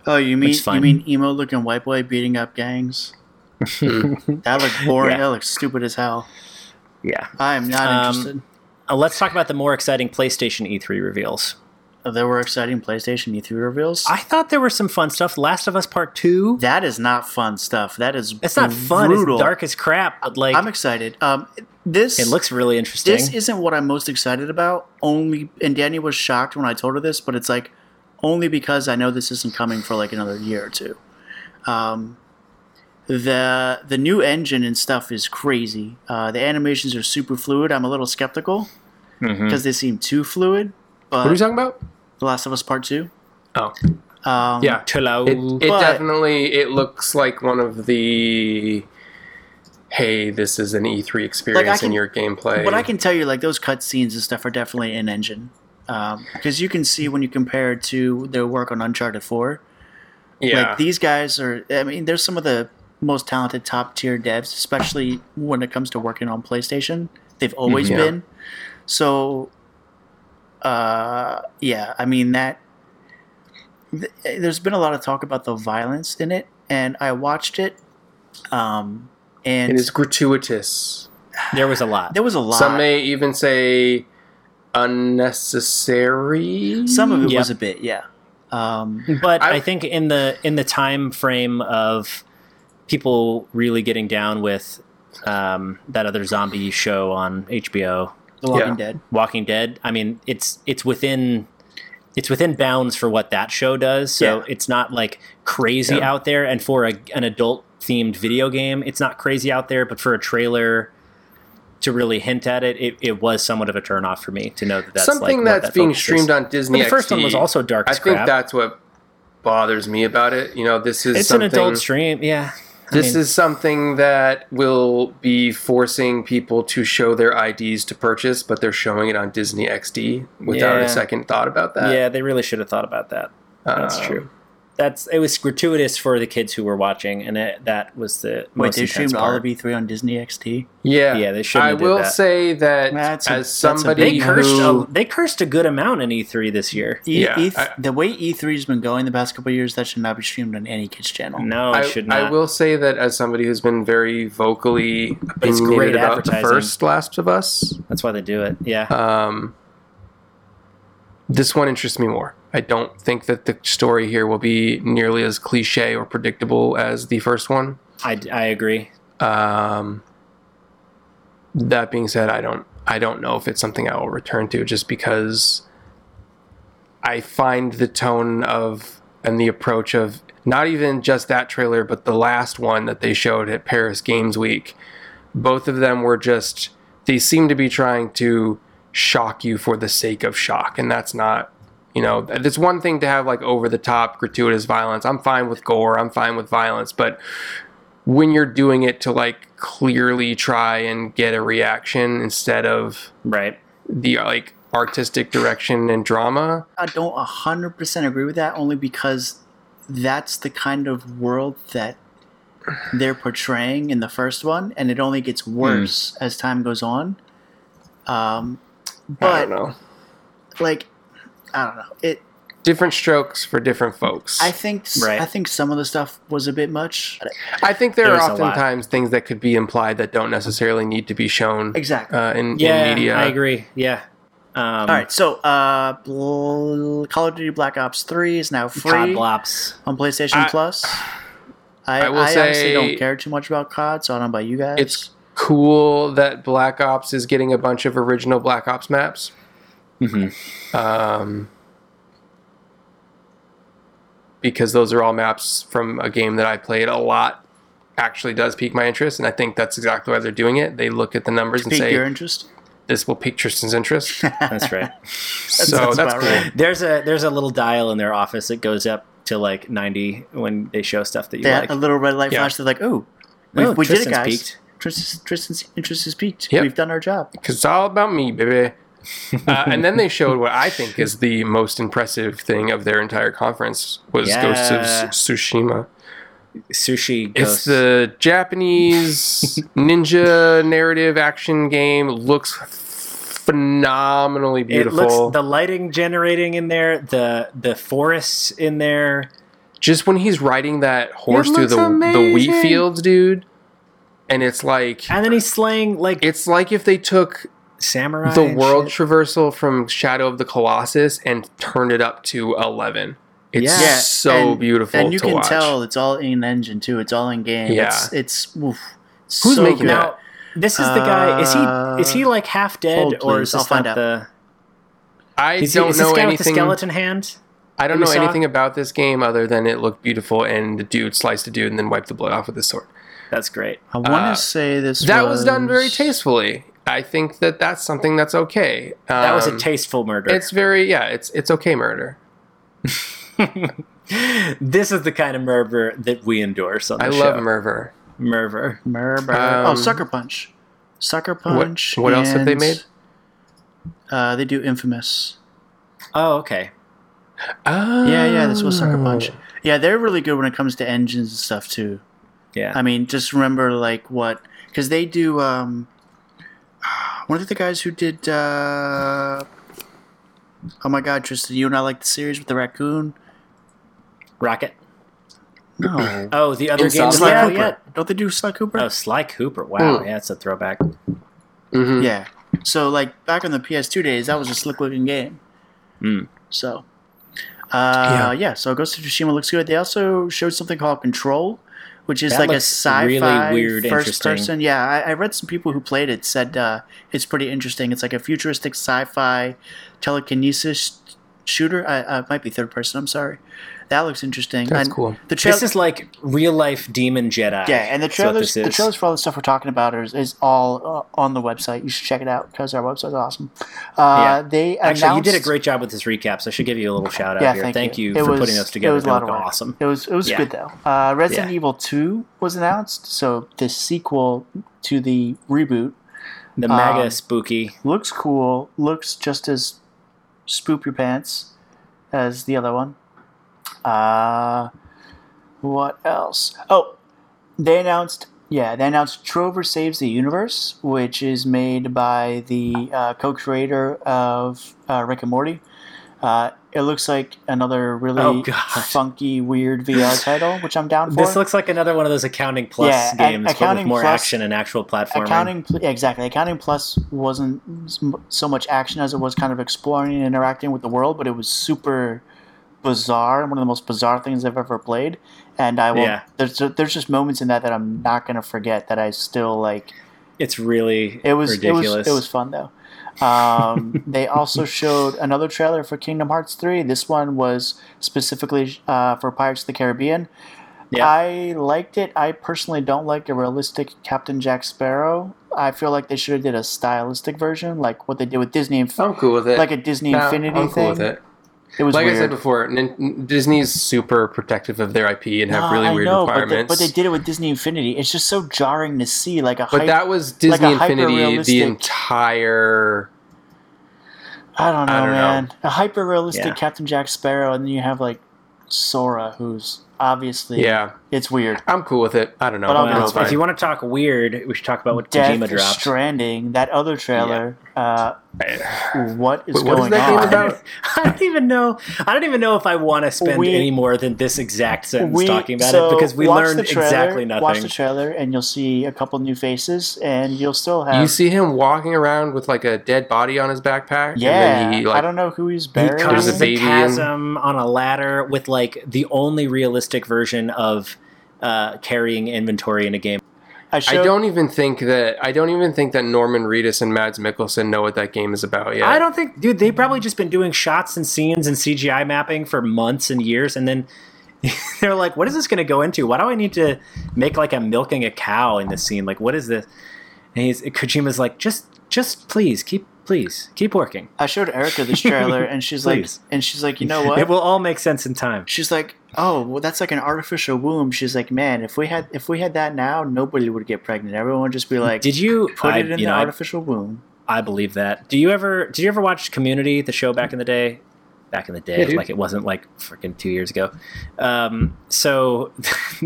Oh, you mean
It's fine.
you mean emo looking white boy beating up gangs?
Hmm.
that looks boring.
Yeah.
That looks stupid as hell.
yeah.
I am not
Um,
interested.
Uh, let's talk about the more exciting PlayStation E3 reveals.
Oh, there were exciting PlayStation E3 reveals.
I thought there were some fun stuff. Last of Us Part Two.
that is not fun stuff. That is
It's not fun.
brutal.
It's dark as crap. But like,
I'm excited. Um, this
it looks really interesting.
this isn't what I'm most excited about. Only and Danny was shocked when I told her this, but it's like only because I know this isn't coming for like another year or two. Um, the the new engine and stuff is crazy. Uh, the animations are super fluid. I'm a little skeptical
Mhm.
because they seem too fluid.
What are you
But
talking about?
The Last of Us Part Two.
Oh,
Um,
yeah.
Tulao.
It, it
But-
definitely it looks like one of the hey, this is an E3 experience
can-
in your gameplay.
But I can tell you, like those cutscenes and stuff are definitely in engine, because you can see when you compare it to their work on Uncharted Four.
yeah.
Like these guys are. I mean, they're some of the most talented top tier devs, especially when it comes to working on PlayStation. They've always
Yeah.
been. So, uh, yeah. I mean that. Th- there's been a lot of talk about the violence in it, and I watched it. Um, and
it is gratuitous.
there was a lot.
there was a lot.
Some may even say unnecessary.
Some of it
Yep.
was a bit, yeah. Um,
but
I-
I, think in the in the time frame of people really getting down with um, that other zombie show on HBO,
the Walking
Yeah.
Dead.
Walking Dead. I mean, it's it's within it's within bounds for what that show does. So
Yeah.
it's not like crazy
Yeah.
out there. And for a, an adult themed video game, it's not crazy out there. But for a trailer to really hint at it, it, it was somewhat of a turnoff for me to know that that's like,
something
what
that's
that
being
focus is.
streamed on Disney.
But the first
XD.
one was also dark
I
as
think
crap.
that's what bothers me about it. You know, this is
it's an
something,
adult stream, yeah. I
This
mean-
is something that will be forcing people to show their IDs to purchase, but they're showing it on Disney XD without
Yeah.
a second thought about that.
Yeah, they really should have thought about that. That's
Um,
true. That's it was gratuitous for the kids who were watching, and it, that was the
Wait,
most
they
intense
streamed all
part.
of E3 on Disney XT.
Yeah,
Yeah, they shouldn't
I
have did
will
that.
say that
That's a-
as
that's a
somebody
They
big-
cursed.
who,
A, they cursed a good amount in E3 this year.
E-
Yeah,
E3
I-
the way E3's been going the past couple of years, that should not be streamed on any kids channel.
No, Oh, it
I,
should
I
not.
will say that as somebody who's been very vocally
it's
opinionated
great
about the
advertising.
first Last of Us,
That's why they do it. Yeah,
Um, this one interests me more. I don't think that the story here will be nearly as cliche or predictable as the first one.
I, I agree.
Um, that being said, I don't I don't know if it's something I will return to just because I find the tone of and the approach of not even just that trailer, but the last one that they showed at Paris Games Week. Both of them were just they seem to be trying to shock you for the sake of shock, and that's not you know it's one thing to have like over the top gratuitous violence. I'm fine with gore, I'm fine with violence, but when you're doing it to like clearly try and get a reaction instead of
Right.
the like artistic direction and drama.
I don't 100% agree with that, only because that's the kind of world that they're portraying in the first one, and it only gets worse as time goes on. Um,
I
but
don't know.
like I don't know. It
different strokes for different folks.
I think s-
Right.
I think some of the stuff was a bit much.
I think there
There's
are
a lot.
oftentimes things that could be implied that don't necessarily need to be shown
Exactly.
uh, in,
Yeah,
in media.
I agree. Yeah. Um,
All right, so uh, bl- Call of Duty Black Ops Three is now
Cod
free
Blops.
on PlayStation
I-
Plus. I,
I will
I honestly
say-
don't care too much about COD, so I don't know about you guys.
It's cool that Black Ops is getting a bunch of original Black Ops maps.
Mhm.
Um, because those are all maps from a game that I played a lot. Actually, does pique my interest, and I think that's exactly why they're doing it. They look at the numbers and
pique
say
your interest.
this will pique Tristan's interest.
That's right.
so
sounds
that's
about
cool.
right.
There's a there's a little dial in their office that goes up to like 90 when they show stuff that you
That
like.
a little red light
Yeah.
flash. They're like, "Ooh, we,
Oh,
we did it,
Tristan's
guys."
peaked.
Tristan's, Tristan's interest is peaked.
Yep.
We've done our job.
because it's all about me, baby. uh, and then they showed what I think is the most impressive thing of their entire conference was Ghost of
Yeah.
Tsu- Tsushima.
Sushi ghost.
It's the Japanese ninja narrative action game. Looks phenomenally
it
beautiful.
looks the lighting generating in there, the the forests in there.
Just when he's riding that horse through
looks
the the wheat
amazing.
fields, dude, and it's like
And then he's slaying like
it's like if they took
samurai.
the
and
world
shit.
traversal from Shadow of the Colossus and turned it up to eleven. It's
Yeah.
Yeah,
so
and-
beautiful
And you
to
can
watch.
tell it's all in engine too. It's all in game.
Yeah.
It's it's oof,
Who's
so
making
good.
that?
Now, this is the guy. Is
Uh,
he is he like half dead
hold,
or
please.
is this
I'll find
not
out.
the?
I
Is he,
don't
is this
know
guy with the
anything.
skeleton hand?
I don't
we
know
saw?
anything about this game other than it looked beautiful and the dude sliced a dude and then wiped the blood off with his sword.
That's great.
I want to
Uh,
say this.
That was done very
tastefully.
tastefully. I think that that's something that's okay. Um,
That was a tasteful murder.
It's very yeah. It's it's okay murder.
this is the kind of murder that we endorse on the
I love
show.
murder.
murder.
oh,
Um,
Sucker Punch. Sucker
What
Punch.
what else have they
and,
made?
Uh, they do Infamous.
Oh, okay.
Oh.
Yeah, yeah, this was Sucker Punch. Yeah, they're really good when it comes to engines and stuff too.
Yeah.
I mean, just remember like what because they do. Um, one of the guys who did. Uh, oh my God, Tristan, you and I like the series with the raccoon.
Rocket.
No,
Oh, the other
Insomnia.
games.
Sly
Yeah,
Cooper.
yeah.
Don't they do Sly Cooper?
Oh, Sly Cooper. Wow.
Hmm.
Yeah, it's a throwback. Hmm.
Mhm.
Yeah. So like back on the PS2 days, that was a slick looking game.
Mm.
So, uh,
Yeah.
yeah. So Ghost of Tsushima looks good. They also showed something called Control, which is
That
like a
looks
sci-fi
really weird,
first
interesting.
person. Yeah, I, I read some people who played it said uh, it's pretty interesting. It's like a futuristic sci-fi telekinesis shooter. I, I it might be third person. I'm sorry. That looks interesting.
That's
And
cool.
The trail-
This is like real life Demon Jedi.
yeah, and the
That's what
trailers,
this
the
is.
trailers for all the stuff we're talking about is, is all uh, on the website. You should check it out because our website's awesome. Uh,
Yeah.
They
Actually, you did a
announced-
great job with this recap, so I should give you a little shout out
Yeah,
here.
thank,
you,
you,
for
It
putting
was-
those together.
It was a
They
lot of
look
work.
awesome.
It was it was
Yeah.
good though. Uh, Resident
Yeah.
Evil Two was announced, so the sequel to the reboot
The mega
Um,
spooky.
looks cool. Looks just as spoop your pants as the other one. Uh, what else? Oh, they announced. Yeah, they announced Trover Saves the Universe, which is made by the uh, co-creator of uh, Rick and Morty. Uh, it looks like another really
Oh, God.
funky, weird VR title, which I'm down for.
This looks like another one of those accounting plus
Yeah, a-
games, but with
Accounting
more
Plus-
action and actual platforming.
Accounting, pl- yeah, exactly. Accounting Plus wasn't s- m- so much action as it was kind of exploring and interacting with the world, but it was super bizarre. One of the most bizarre things I've ever played, and I will.
Yeah.
There's ju- there's just moments in that that I'm not gonna forget. That I still like.
It's really
It was
ridiculous.
it was it was fun though. Um, they also showed another trailer for Kingdom Hearts three. This one was specifically uh, for Pirates of the Caribbean.
Yeah.
I liked it. I personally don't like a realistic Captain Jack Sparrow. I feel like they should have did a stylistic version, like what they did with Disney, Inf-
I'm cool with it.
like a Disney
No,
Infinity
I'm
thing.
cool with it.
It was
like
weird.
I said before, Nin- N- Disney's super protective of their IP and have
No,
really
I
weird
know, but they-
requirements.
But they, did it with Disney Infinity. It's just so jarring to see, like a.
But
hype-
that was
like a
Disney Infinity the
hyper-realistic-
entire.
I don't know,
I don't know.
man. A hyper realistic
Yeah.
Captain Jack Sparrow, and then you have like Sora, who's obviously
Yeah,
It's weird.
I'm cool with it. I don't know.
But I'll be
It's
Well,
fine.
if you want to talk weird, we should talk about what
Death
Kojima dropped.
Stranding, that other trailer uh, what is
what is
going
that game
on?
about?
I don't even know. I don't even know if I want to spend
We-
any more than this exact sentence
We-
talking about
so
it because we
watch
learned
the trailer-
exactly nothing.
Watch the trailer, and you'll see a couple new faces, and you'll still have.
you see him walking around with like a dead body on his backpack.
yeah,
And then he, like,
I don't know who he's
He
buried.
comes
There's a
the
baby in-
chasm on a ladder with like the only realistic version of uh, carrying inventory in a game.
I,
I
showed-
don't even think that I don't even think that Norman Reedus and Mads Mikkelsen know what that game is about yet.
I don't think, dude. They've probably just been doing shots and scenes and CGI mapping for months and years, and then they're like, "What is this going to go into? Why do I need to make like I'm milking a cow in this scene? Like, what is this?" And he's Kojima's like, "Just, just please keep, please keep working.
I showed Erica this trailer, and she's like,
Please.
and she's like, you know what?
It will all make sense in time."
she's like, oh, well, that's like an artificial womb. She's like, man, if we had if we had that now, nobody would get pregnant. Everyone would just be like,
Did you
put
I-
it in
you
the
know, I-
artificial womb.
I believe that. Do you ever did you ever watch Community, the show back in the day? Back in the day,
Yeah, dude.
like it wasn't like freaking two years ago. Um, so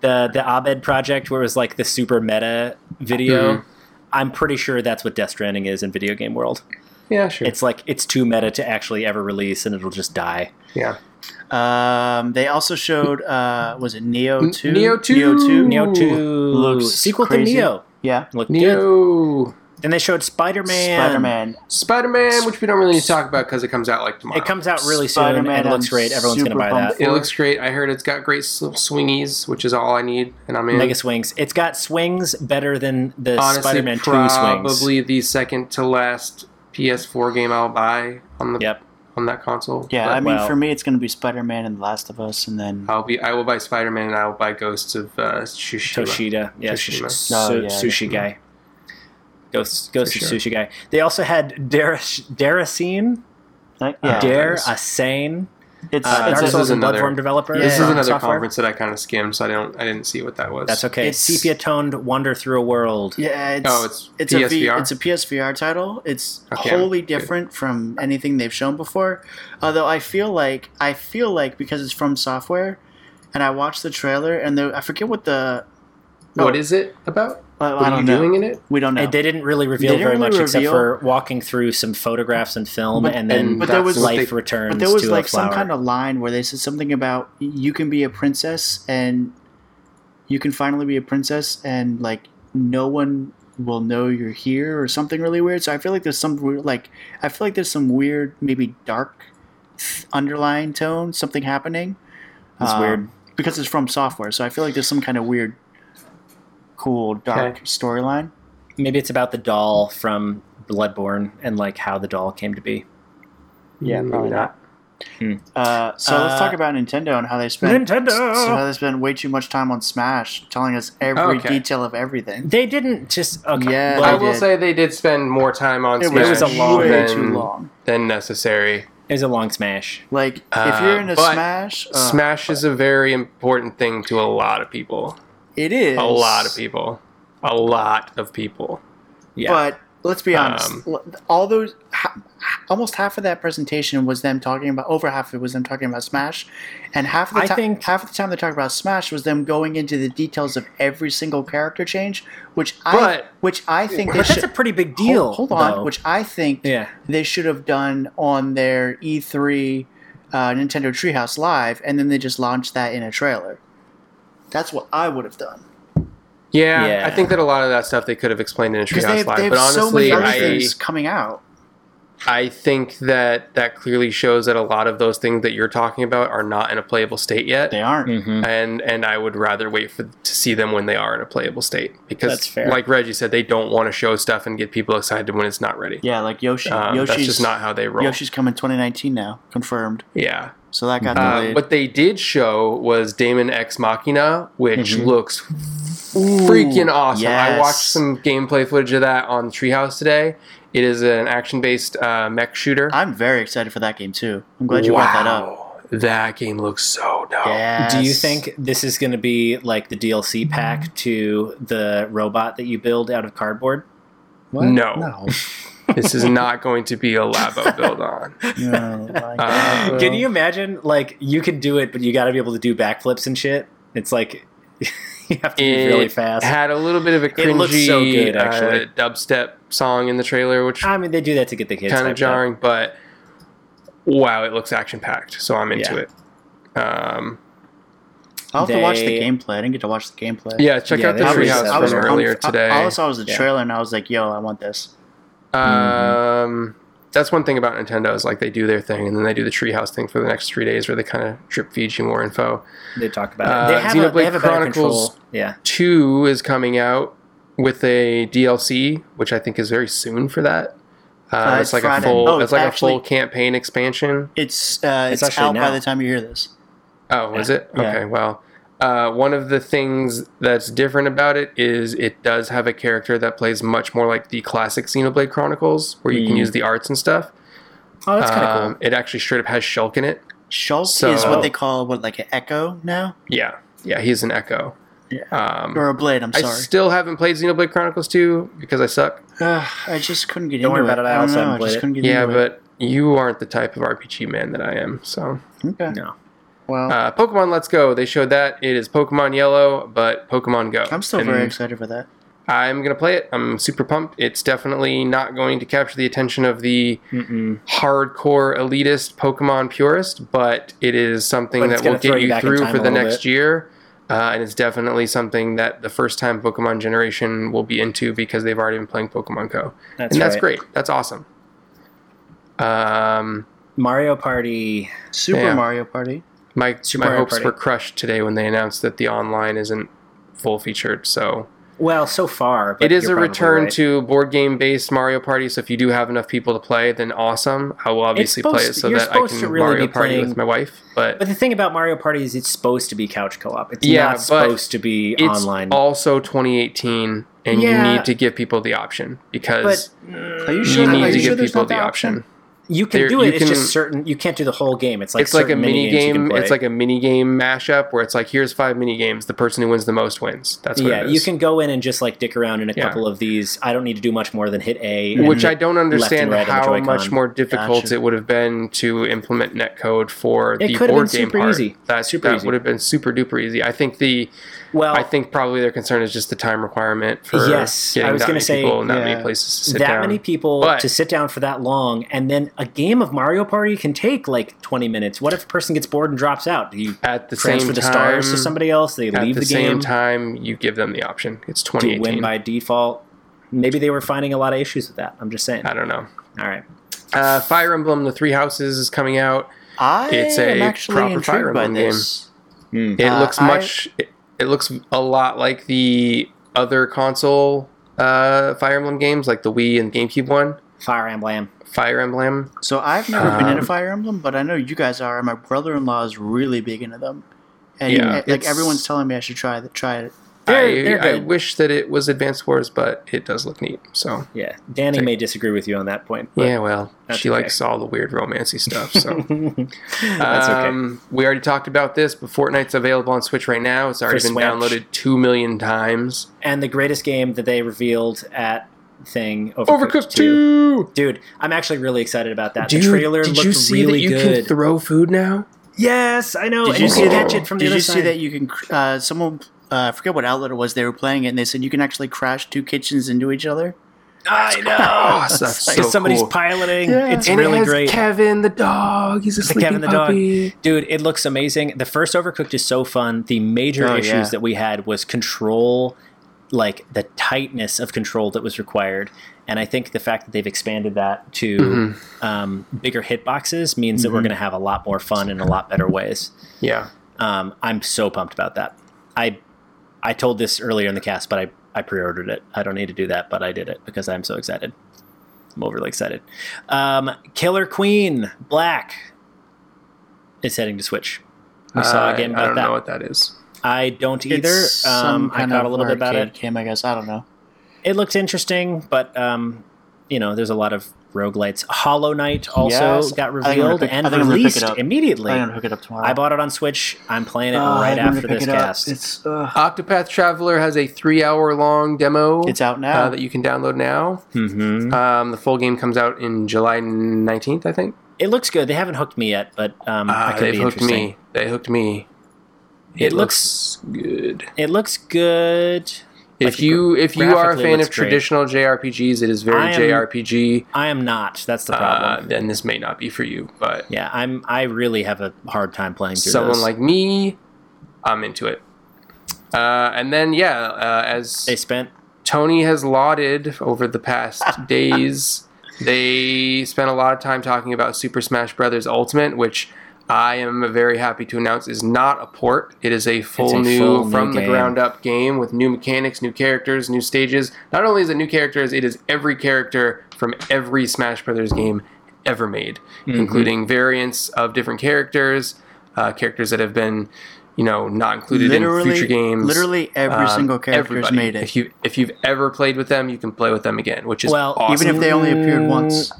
the the Abed project where it was like the super meta video.
Mhm.
I'm pretty sure that's what Death Stranding is in video game world.
Yeah, sure.
It's like it's too meta to actually ever release, and it'll just die.
yeah.
Um, they also showed, uh, was it Neo
N-
two?
Neo 2.
Neo two.
Neo
Ooh,
two
looks
sequel
crazy.
to Neo
Yeah.
looked good.
Neo
Then they showed Spider Man.
Spider Man.
Spider Man, which we don't really need to talk about because it comes out like tomorrow.
It comes out really soon
Spider-Man,
and it looks
I'm
great. Everyone's gonna
super
buy that.
pumped.
It looks great. I heard it's got great s- swingies, which is all I need, and I'm in.
mega swings. It's got swings better than the
Honestly,
Spider-Man Two swings.
probably the second to last PS4 game I'll buy on the
Yep.
on that console.
Yeah,
But
I mean,
wow.
for me, it's gonna be Spider Man and The Last of Us, and then
I'll be. I will buy Spider Man, and I will buy Ghosts of uh, Tsushima.
Toshida, yeah, Toshida.
Toshima.
Oh, yeah,
sushi guy, ghost, ghost
For
of
sure.
sushi guy. They also had Darish, Darasine,
like, yeah,
Dare-
Dare
nice.
Asane,
it's,
uh,
it's
Dark
this
Souls
is
and
another-
Bloodborne developer.
Yeah.
This is
from
another
software.
conference that I kind of skimmed, so I don't. I didn't see what that was.
That's okay.
It's-
Sepia toned wander through a world.
Yeah, it's,
Oh, it's
it's a v,
PSVR?
it's a PSVR title. It's
Okay,
wholly
good.
different from anything they've shown before. Although I feel like I feel like because it's from software, and I watched the trailer and the, I forget what the
What
oh,
is it about?
I, I
What are
don't
you
know.
doing in it?
We don't know.
And They didn't really reveal
They didn't
very
really
much except
reveal.
for walking through some photographs and film,
But-
and then
and-
but there was
what they-
life returns
but there was
to
like
a
some
flower.
kind of line where they said something about you can be a princess and you can finally be a princess and like no one will know you're here or something really weird so i feel like there's some weird like i feel like there's some weird maybe dark th- underlying tone something happening um,
That's weird.
because it's from software so i feel like there's some kind of weird cool dark
Okay.
storyline
Maybe it's about the doll from Bloodborne and like how the doll came to be.
Yeah,
Maybe
probably uh, so
Uh,
let's talk about nintendo and how they spent
Nintendo!
so how they spent way too much time on smash telling us every
Okay.
detail of everything
They didn't just okay.
Yeah,
well,
I
they
will
did.
say they did spend more time on
It
Smash
was,
a long-
way
than,
too long.
than necessary.
it was a long smash.
Like if
Uh,
you're in a
but
Smash, uh,
Smash is a very important thing to a lot of people.
it is
A lot of people. A lot of people.
Yeah.
But let's be honest,
Um,
l- all those ha- almost half of that presentation was them talking about over half of it was them talking about Smash, and half of the
I
ti-
think-
half of the time they talked about Smash was them going into the details of every single character change, which I
But-
which I think they
But that's
should
a pretty big
hold-
deal.
Hold, on,
though.
which I think
yeah,
they should have done on their E3 uh, Nintendo Treehouse Live, and then they just launched that in a trailer. That's what I would have done.
Yeah,
Yeah.
I think that a lot of that stuff they could have explained in a
Because they
Treehouse
have,
Live.
they have
But
so many
honestly,
other
I,
things coming out.
I think that that clearly shows that a lot of those things that you're talking about are not in a playable state yet.
They aren't.
Hmm. Mm-hmm.
and and I would rather wait for to see them when they are in a playable state because
That's fair.
like Reggie said they don't want to show stuff and get people excited when it's not ready.
Yeah, like Yoshi.
Um,
Yoshi's
that's just not how they roll.
Yoshi's coming 2019 now, confirmed.
yeah.
So that got
Uh,
Um,
delayed.
what they did show was Damon Ex Machina, which looks
Mm-hmm. Ooh,
freaking awesome. I
yes.
watched some gameplay footage of that on Treehouse today. It is an action-based uh, mech shooter.
I'm very excited for that game too. I'm glad you brought that up.
Wow. That game looks so dope.
Yes.
Do you think this is going to be like the DLC
Mm-hmm.
pack to the robot that you build out of cardboard?
What?
No.
No.
This is not going to be a Labo build on.
No, like,
Uh,
Can you imagine? Like, you can do it, but you got to be able to do backflips and shit. It's like you have to be really
It
fast.
Had a little bit of a cringy
It looks so good,
uh,
actually.
dubstep song in the trailer, which
I mean, they do that to get the kids.
kind
hyped
of
up.
jarring, but wow, it looks action packed. So I'm into
Yeah.
it. Um,
I'll have to watch the
They-
gameplay. I didn't get to watch the gameplay.
yeah, check
Yeah,
out
they
the
I was,
released
treehouse
that
I was
from
one.
earlier
pumped. I-
today.
all I saw was the
Yeah.
trailer, and I was like, "Yo, I want this."
Um,
Mm-hmm.
that's one thing about Nintendo is like they do their thing and then they do the treehouse thing for the next three days where they kind of drip feed you more info.
They talk about it.
Uh,
They have, a,
Xenoblade
they have a better
Chronicles-
control. Yeah.
Two is coming out with a DLC, which I think is very soon for that. Uh,
Uh,
it's like
Friday.
a full,
Oh,
it's like
actually-
a full campaign expansion.
It's uh,
It's
it's,
actually
out
now.
by the time you hear this.
Oh, is it?
Yeah.
Okay, well, uh, one of the things that's different about it is it does have a character that plays much more like the classic Xenoblade Chronicles, where you can
Mm.
use the arts and stuff.
Oh, that's kind of
Um, It actually straight up has Shulk in it.
Shulk
So-
Uh, is what they call what like an echo now
Yeah, yeah, he's an Echo.
Yeah.
Um,
or a blade. I'm
I
sorry.
still haven't played Xenoblade Chronicles 2 because I suck.
Ugh, I just couldn't get
Don't
into
worry about it, I
don't
also
know,
haven't
I
played
just
it.
couldn't get
Yeah,
into it.
but you aren't the type of RPG man that I am. So,
Okay.
cool. No.
Well,
uh, Pokemon Let's Go. They showed that it is Pokemon Yellow, but Pokemon Go.
I'm still
And
very excited for that.
I'm gonna play it. I'm super pumped. It's definitely not going to capture the attention of the
Mm-mm.
hardcore elitist Pokemon purist, but it is something
But it's
that
gonna
will
throw
get
you
you
back in
through
time
for
a
the
little
next
bit.
year. Uh, and it's definitely something that the first time Pokemon generation will be into because they've already been playing Pokemon Go.
That's
and that's
right.
great. That's awesome. Um,
Mario Party.
Super
Yeah.
Mario Party.
my
Super
my
Mario
hopes
Party.
were crushed today when they announced that the online isn't full featured. So
Well, so far. But
it is
you're
a
probably
return
right.
to board game based Mario Party. So if you do have enough people to play, then awesome. I will obviously play
supposed
it
to-
so
you're
that I
supposed to
can
really
Mario
be
Party with
playing-
my wife. But
But the thing about Mario Party is it's supposed to be couch co-op. It's
Yeah,
not
but
supposed to be
it's
online.
also 2018 and you
Yeah.
need to give people the option
but
because
Are you
you
sure?
need
are
to
you sure
give
there's
people
not
the
that
option.
you can
there-
do it.
you
It's
can-
just certain. You can't do the whole game. It's like
it's like a
certain
mini
mini-games you can
game.
play.
It's like a mini game mashup where it's like here's five mini games. The person who wins the most wins. That's what
yeah,
it is.
you can go in and just like dick around in a
Yeah.
couple of these. I don't need to do much more than hit A. and
which
hit-
I don't
and
understand
right on the
how
Joy-Con.
much more difficult
Gotcha.
it would have been to implement netcode for
It
the
could have
board
been
game
super
part.
easy.
That,
Super
that
easy.
would have been super duper easy. I think the
well,
I think probably their concern is just the time requirement for
Yes,
getting
I was
that
gonna
many
say,
people and that
yeah,
many places to sit
that
down.
many people
But-
to sit down for that long, and then a game of Mario Party can take like twenty minutes. What if a person gets bored and drops out? Do you
at the same
transfer
time,
the stars to somebody else? They
at
leave
the,
the,
same
game
time, you give them the option. It's
to
2018.
win by default. Maybe they were finding a lot of issues with that. I'm just saying.
I don't know.
All right.
Uh, Fire Emblem: The Three Houses is coming out.
I
It's a
am actually
proper
intrigued
Fire
by
Emblem game.
this.
It
Uh,
looks
I-
much. It, it looks a lot like the other console uh, Fire Emblem games, like the Wii and GameCube one.
Fire Emblem.
Fire Emblem.
So I've never been into
Um,
Fire Emblem, but I know you guys are, and my brother-in-law is really big into them. And
Yeah,
uh, like
it's-
everyone's telling me I should try it. Try it.
They're-
I,
they're
I
good.
wish that it was Advanced Wars, but it does look neat. So
Yeah, Danny may disagree with you on that point. But
yeah, well,
that's
she
okay.
likes all the weird romancy stuff. So
that's okay.
Um, we already talked about this, but Fortnite's available on Switch right now. It's already
For
been
Switch.
downloaded two million times.
and the greatest game that they revealed at thing Overcooked,
Overcooked
2.
Two.
Dude, I'm actually really excited about that. the trailer looked really good.
throw food now?
yes, I know.
Did
Oh, and
you
you
see
can
that-
catch it from the
Did
other
you
side.
see that you can? cr- Uh, someone uh, I forget what outlet it was. They were playing it, and they said you can actually crash two kitchens into each other.
I know.
Oh, that's so
'Cause somebody's
cool.
piloting.
Yeah.
It's
And it
really
has
great.
Kevin the dog. He's a sleeping
Kevin the dog.
puppy.
Dude, it looks amazing. The first Overcooked is so fun. The major
Oh,
issues
yeah.
that we had was control, like the tightness of control that was required. And I think the fact that they've expanded that to
Mm-hmm.
um, bigger hitboxes means that we're going to have a lot more fun in a lot better ways.
Yeah.
Um, I'm so pumped about that. I I told this earlier in the cast, but I, I pre-ordered it. I don't need to do that, but I did it because I'm so excited. I'm overly excited. Um, Killer Queen Black is heading to Switch. We saw a game about
I don't know
that.
what that is.
I don't either.
It's
Um,
some
I
kind
caught
of
a little bit about
arcade
it.
Game, I guess. I don't know.
It looked interesting, but um, you know, there's a lot of roguelites. Hollow Knight also
Yes.
got
I think I'm gonna
revealed
pick- I
and
think I'm gonna pick it
released
up.
immediately.
I'm gonna hook it up tomorrow.
I bought it on Switch. I'm playing it
Oh,
right
I'm gonna
after
pick
this
it up.
cast.
It's uh,
Octopath Traveler has a three-hour-long demo.
it's out now.
Uh, that you can download now.
Mm-hmm.
Um, the full game comes out in July 19th, I think.
It looks good. They haven't hooked me yet, but um,
Ah,
I Mm, could
they've
be
hooked
interesting.
me. They hooked me.
It looks-
good.
It looks good.
If you if you are a
graphically it
fan
looks
of
great.
traditional JRPGs, it is very
I am-
JRPG.
I am not. That's the
Uh,
problem.
then this may not be for you, but
yeah, I'm. I really have a hard time playing through
someone
those.
like me, I'm into it. Uh, and then yeah, uh, as
they spent.
Tony has lauded over the past days. They spent a lot of time talking about Super Smash Brothers Ultimate, which I am very happy to announce is not a port. It is a full
a
new,
full new
from the
game.
ground up game with new mechanics, new characters, new stages. Not only is it new characters, it is every character from every Smash Brothers game ever made,
Mm-hmm.
including variants of different characters, uh, characters that have been, you know, not included in
Literally,
future games.
literally every
Um,
single character has
everybody.
made it.
If you if you've ever played with them, you can play with them again, which is
Well,
awesome.
Even if they only appeared once.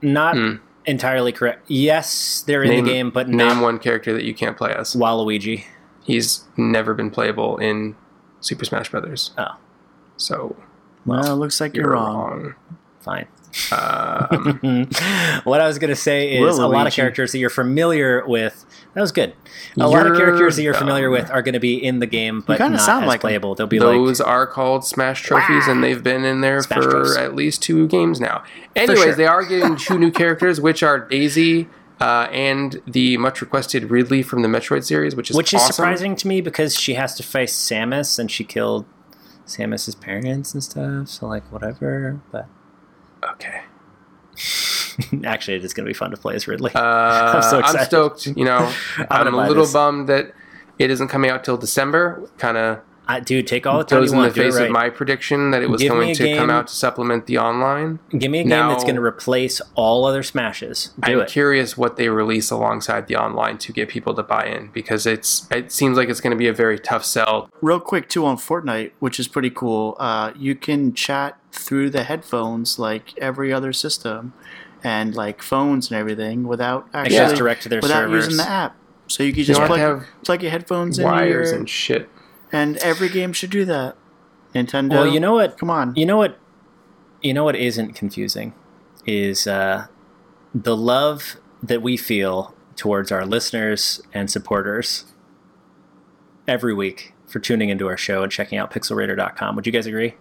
Not
Hmm.
entirely correct. Yes, they're in
Name-
the game, but
name
not
one character that you can't play as.
Waluigi.
He's never been playable in Super Smash Brothers.
Oh.
so
Well, it looks like you're,
you're
wrong.
wrong.
Fine.
Um,
what I was gonna say is a lot of
Waluigi.
characters that you're familiar with. That was good. A lot of
You're
characters that you're familiar
dumb.
with are gonna be in the game, but
kinda
not
sound
as
like 'em.
playable. They'll be like
those are called Smash trophies, and they've been in there
Smash
for
trophies.
at least two games now. Anyways,
sure.
they are getting two new characters, which are Daisy. Uh, and the much requested Ridley from the Metroid series, which is
which is
awesome.
surprising to me because she has to face Samus and she killed Samus's parents and stuff. So like whatever, but
Okay,
actually it is going to be fun to play as Ridley.
Uh,
I'm
I'm,
so excited.
stoked. You know, I'm,
gonna
a
buy
little
this.
bummed that it isn't coming out till December. Kind of
I, dude, take all the time
goes
you
in the
want. Do it
face
right.
of my prediction that it was
Give me
going
a
to come
game.
out to supplement the online.
Give me a game that's
Now-
going to replace all other smashes. Do
I'm
it.
curious what they release alongside the online to get people to buy in because it's it seems like it's going to be a very tough sell.
Real quick, too, on Fortnite, which is pretty cool, uh, you can chat through the headphones like every other system and like phones and everything without
I
actually
guess direct to their
without
servers.
using the app. So you can just
don't
plug,
have to
plug your headphones in
Wires
here,
and
and,
shit.
every game should do that. Nintendo.
Well, you know what?
come on.
You know what? You know what isn't confusing is uh, the love that we feel towards our listeners and supporters every week for tuning into our show and checking out pixelraider.com. Would you guys agree?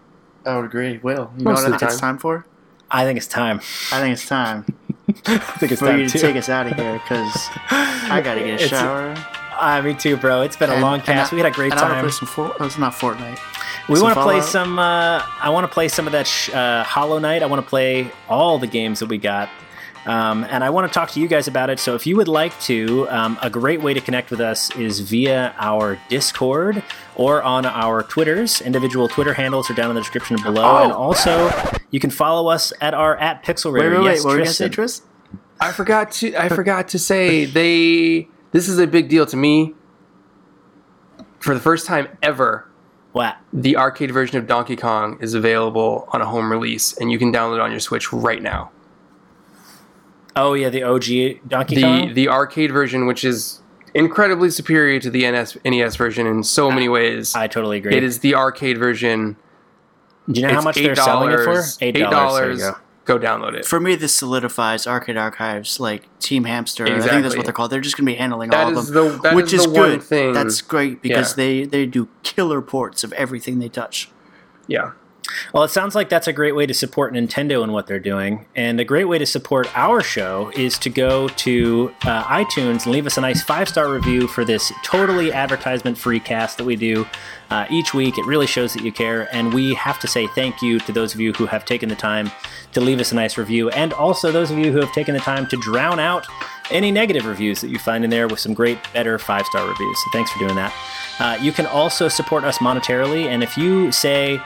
I would agree. Will you know
Most
what I
of the
think it's time for?
I think it's time.
I think it's time
I think it's
for
time
you to
too.
take us out of here because I gotta get a
It's-
shower.
Ah, me too, bro. It's been a
and-
long
and
cast.
I-
we had a great
and I wanna
time.
play some For- oh, it's not Fortnite.
We
some
want to play
Fallout.
some. Uh, I want to play some of that sh- uh, Hollow Knight. I want to play all the games that we got. Um, and I want to talk to you guys about it. So, if you would like to, um, a great way to connect with us is via our Discord or on our Twitters. Individual Twitter handles are down in the description below.
Oh.
And also, you can follow us at our at Pixel
Wait,
Raider.
wait, wait.
yes,
what were you gonna say,
Tristan.
Tris?
I forgot to I forgot to say they. This is a big deal to me. For the first time ever,
What?
the arcade version of Donkey Kong is available on a home release, and you can download it on your Switch right now.
Oh yeah, the OG Donkey
The
Kong.
the arcade version, which is incredibly superior to the NS, NES E version in so many ways,
Ah, I totally agree.
it is the arcade version.
Do you know how
It's
much
eight
they're selling it for?
dollars.
Eight dollars.
$8. Go download it.
For me, this solidifies Arcade Archives like Team Hamster. I think that's
Exactly.
what they're called. They're just gonna be handling
That
all of
is
them,
the- that
which
is
is,
the one
good.
thing-
That's great because
Yeah.
they they do killer ports of everything they touch.
Yeah,
Well, it sounds like that's a great way to support Nintendo and what they're doing. And a great way to support our show is to go to uh, iTunes and leave us a nice five star review for this totally advertisement free cast that we do uh, each week. It really shows that you care. And we have to say thank you to those of you who have taken the time to leave us a nice review. And also those of you who have taken the time to drown out any negative reviews that you find in there with some great, better five star reviews. So thanks for doing that. Uh, you can also support us monetarily. And if you say,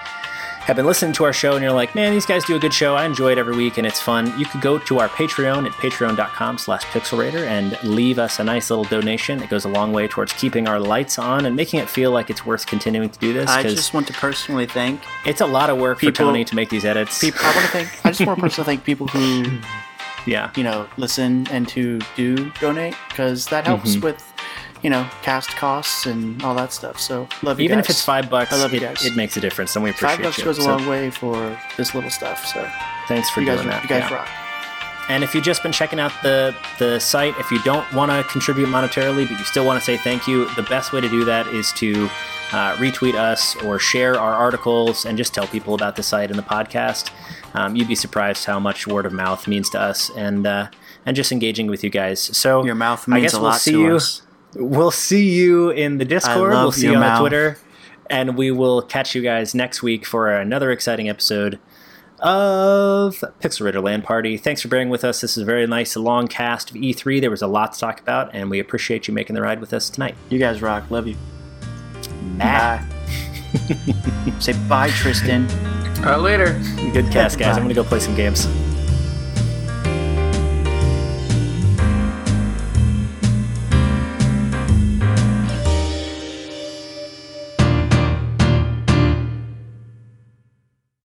have been listening to our show and you're like, man, these guys do a good show. I enjoy it every week and it's fun. You could go to our Patreon at patreon.com slash pixelrator and leave us a nice little donation. It goes a long way towards keeping our lights on and making it feel like it's worth continuing to do this
I
because
just want to personally thank
it's a lot of work for
people-
Tony to make these edits.
people. I want to thank. I just want to personally thank people who
yeah.
you know listen and who do donate because that helps
Mm-hmm.
with you know cast costs and all that stuff. So love you
Even
guys.
if it's five bucks,
I love you
it,
guys.
it makes a difference and we appreciate
Five bucks
you.
goes a
So
long way for this little stuff. So
thanks for
you guys,
doing that.
you guys
yeah.
rock.
And if you've just been checking out the, the site, if you don't want to contribute monetarily, but you still want to say thank you, the best way to do that is to uh, retweet us or share our articles and just tell people about the site and the podcast. Um, you'd be surprised how much word of mouth means to us and uh, and just engaging with you guys. So
Your mouth
I
means
guess
a
we'll
lot
see
to
you.
us.
We'll see you in the Discord.
love
We'll see
your
you on
mouth.
the Twitter. And we will catch you guys next week for another exciting episode of Pixel Ritter Land Party. Thanks for bearing with us. This is a very nice long cast of E3. There was a lot to talk about, and we appreciate you making the ride with us tonight.
You guys rock. Love you.
Bye.
Bye. Say bye, Tristan.
Uh, later. Uh,
Good cast, guys.
Bye.
I'm going to go play some games.